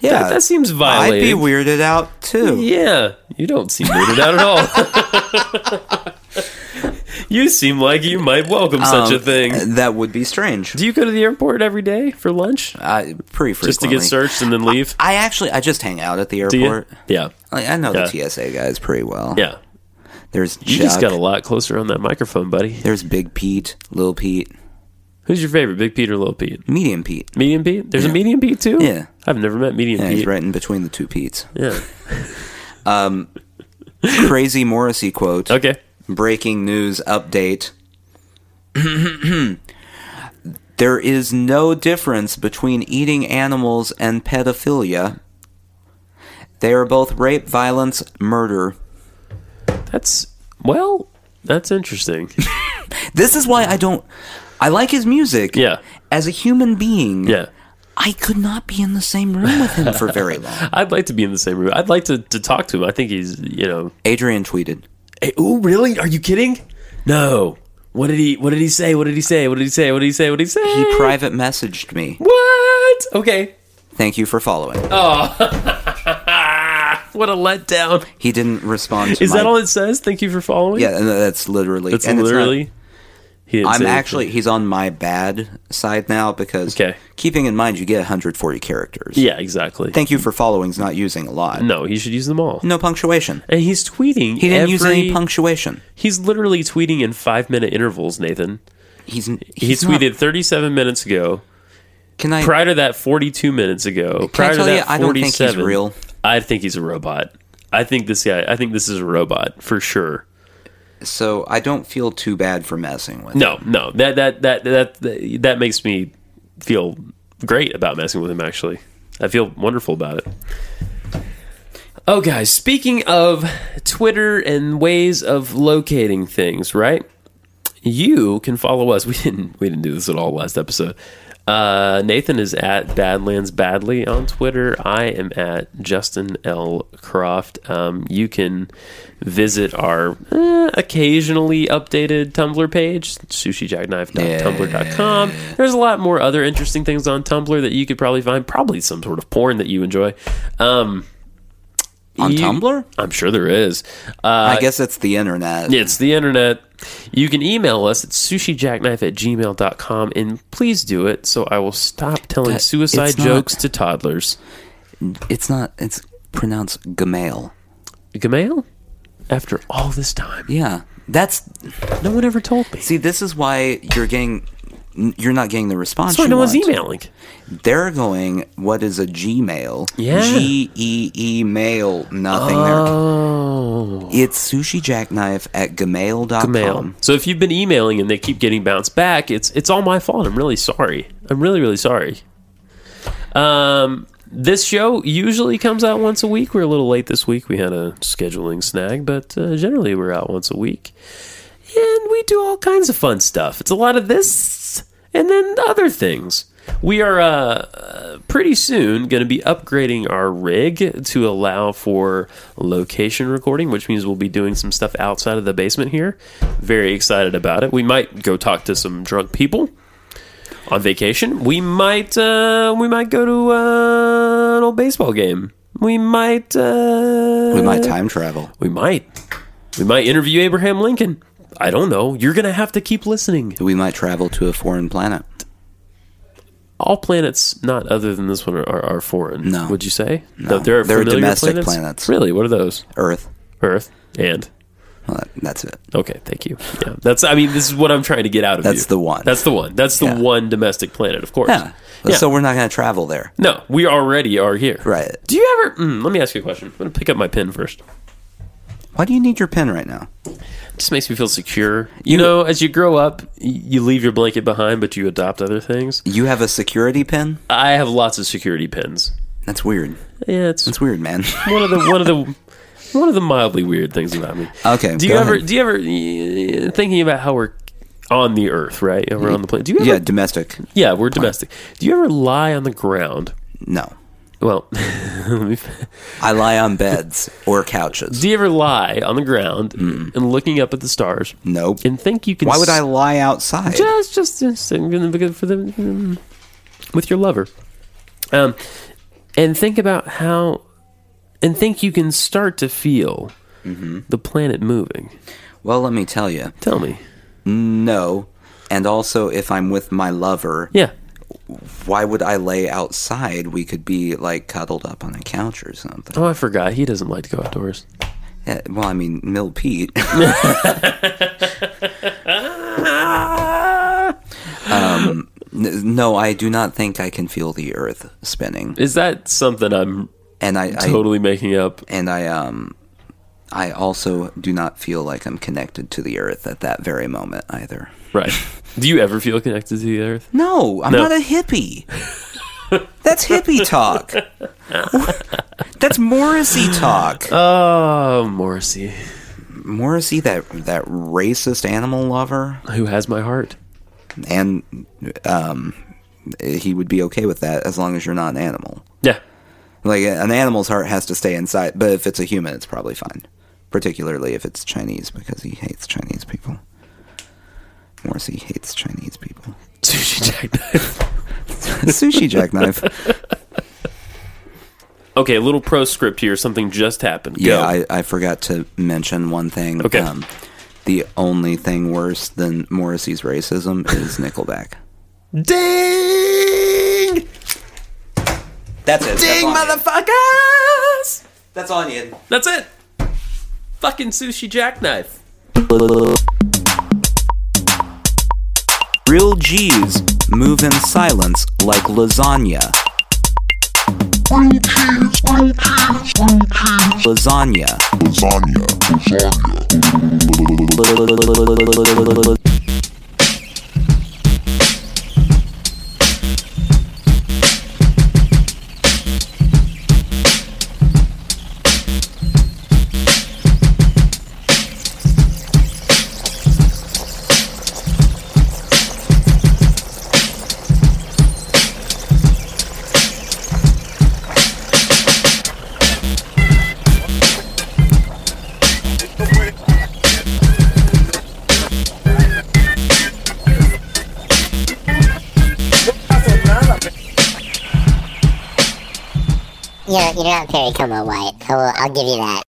yeah. That, that seems I'd be violating. weirded out too. yeah, you don't seem weirded out at all. you seem like you might welcome such a Um, thing. That would be strange. Do you go to the airport every day for lunch? I pretty frequently. Just to get searched and then leave? I actually I just hang out at the Do you? airport. Yeah. Like, I know Yeah. the TSA guys pretty well. Yeah. There's You just Chuck. got a lot closer on that microphone, buddy. There's Big Pete, Little Pete, Who's your favorite, Big Pete or Little Pete? Medium Pete. Medium Pete? There's a Medium Pete too? Yeah. I've never met Medium Yeah, he's Pete. right in between the two Petes. Yeah. Crazy Morrissey quote. Okay. Breaking news update. there is no difference between eating animals and pedophilia. They are both rape, violence, murder. That's, well, that's interesting. This is why I don't. I like his music. Yeah. As a human being, Yeah. I could not be in the same room with him for very long. I'd like to be in the same room. I'd like to, to talk to him. I think he's, you know. Adrian tweeted, Hey, oh, really? Are you kidding? No. What did he? What did he say? What did he say? What did he say? What did he say? What did he say? he private messaged me. what? Okay. Thank you for following. What a letdown. He didn't respond to Is my- that all it says? Thank you for following. Yeah, and that's literally. That's and it's not- literally. he didn't say I'm anything. actually he's on my bad side now because Okay. keeping in mind you get 140 characters. Yeah, exactly. Thank you for following's not using a lot. no, he should use them all. No punctuation. And he's tweeting. He didn't use any punk. punctuation. He's literally tweeting in five minute intervals, Nathan. He's He he's not- tweeted 37 minutes ago. Can I? Prior to that, 42 minutes ago. prior tell to you, that, I don't think he's 47. real. I think he's a robot. I think this guy. I think this is a robot for sure. so I don't feel too bad for messing with. No, no. That that that that that makes me feel great about messing with him actually. I feel wonderful about it. Oh guys, speaking of Twitter and ways of locating things, right? You can follow us. We didn't we didn't do this at all last episode. Uh, Nathan is at Badlands Badly on Twitter. I am at Justin L. Croft. Um, you can visit our eh, occasionally updated Tumblr page, sushijacknife.tumblr.com. There's a lot more other interesting things on Tumblr that you could probably find. Probably some sort of porn that you enjoy. Um, On you- uh, Tumblr? I'm sure there is. Uh, I guess it's the internet. It's the internet. You can email us at sushijacknife at gmail.com and please do it so I will stop telling That- suicide it's not- jokes to toddlers. It's not. It's pronounced Gmail. Gmail? After all this time. Yeah, that's. No one ever told me. See, this is why you're getting. You're not getting the response. Sorry, you no one's want. emailing. They're going. What is a Gmail? Yeah. G E E mail. Nothing Oh. there. It's sushijacknife at gmail.com. Mail. So if you've been emailing and they keep getting bounced back, it's it's all my fault. I'm really sorry. I'm really, really sorry. Um this show usually comes out once a week. We're a little late this week. We had a scheduling snag, but uh, generally we're out once a week. and we do all kinds of fun stuff. It's a lot of this and then other things. We are uh, uh, pretty soon going to be upgrading our rig to allow for location recording, which means we'll be doing some stuff outside of the basement here. Very excited about it. We might go talk to some drunk people on vacation. We might uh, we might go to uh, an old baseball game. We might uh, We might time travel. we might. We might interview Abraham Lincoln. I don't know. You're going to have to keep listening. We might travel to a foreign planet. All planets, not other than this one, are, are, are foreign. No. Would you say? No. there are They're familiar domestic planets? planets. Really? What are those? Earth. Earth and. Well, that- that's it. Okay, thank you. Yeah, that's. I mean, this is what I'm trying to get out of you. That's the one. That's the one. That's the Yeah. one domestic planet, of course. Yeah. Yeah. So we're not going to travel there. no, we already are here. Right. Do you ever? Mm, let me ask you a question. I'm going to pick up my pen first. Why do you need your pen right now? just makes me feel secure. You, know, as you grow up, y- you leave your blanket behind, but you adopt other things. You have a security pin? I have lots of security pins. That's weird. Yeah, it's That's weird, man. one of the one of the one of the mildly weird things about me. Okay, Do you go ever? ahead. Do you ever y- thinking about how we're on the Earth, right? We're on the planet. Do you ever? yeah, domestic. yeah, we're domestic. Do you ever lie on the ground? No. Well, let me I lie on beds or couches. do you ever lie on the ground and looking up at the stars Nope. and think you can? Mm. Why would I s- lie outside? Just, just, just for the with your lover, um, and think about how, and think you can start to feel Mm-hmm. the planet moving. Well, let me tell you. Tell me. No. And also, if I'm with my lover, Yeah. why would I lay outside? We could be like cuddled up on a couch or something. Oh, I forgot. He doesn't like to go outdoors. Yeah, well, I mean, Millpede. um, n- no, I do not think I can feel the earth spinning. Is that something I'm And I, I totally making up? and I um I also do not feel like I'm connected to the earth at that very moment either. Right. Do you ever feel connected to the earth? No, I'm No. not a hippie. That's hippie talk. That's Morrissey talk. Um, Oh, Morrissey, Morrissey, that that racist animal lover, who has my heart? and um, he would be okay with that as long as you're not an animal. Yeah. Like an animal's heart has to stay inside, but if it's a human, it's probably fine. Particularly if it's Chinese, because he hates Chinese people. Morrissey hates Chinese people. Sushi jackknife. Sushi jackknife. Okay, a little proscript here. Something just happened. Yeah, Go. I, I forgot to mention one thing. Um, Okay. the only thing worse than Morrissey's racism is Nickelback. Ding! That's it. Ding, motherfuckers! That's on you. That's it. Fucking sushi jackknife. Real G's move in silence like lasagna. Lasagna. lasagna, lasagna. You're, you're not very Como White. I will, I'll give you that.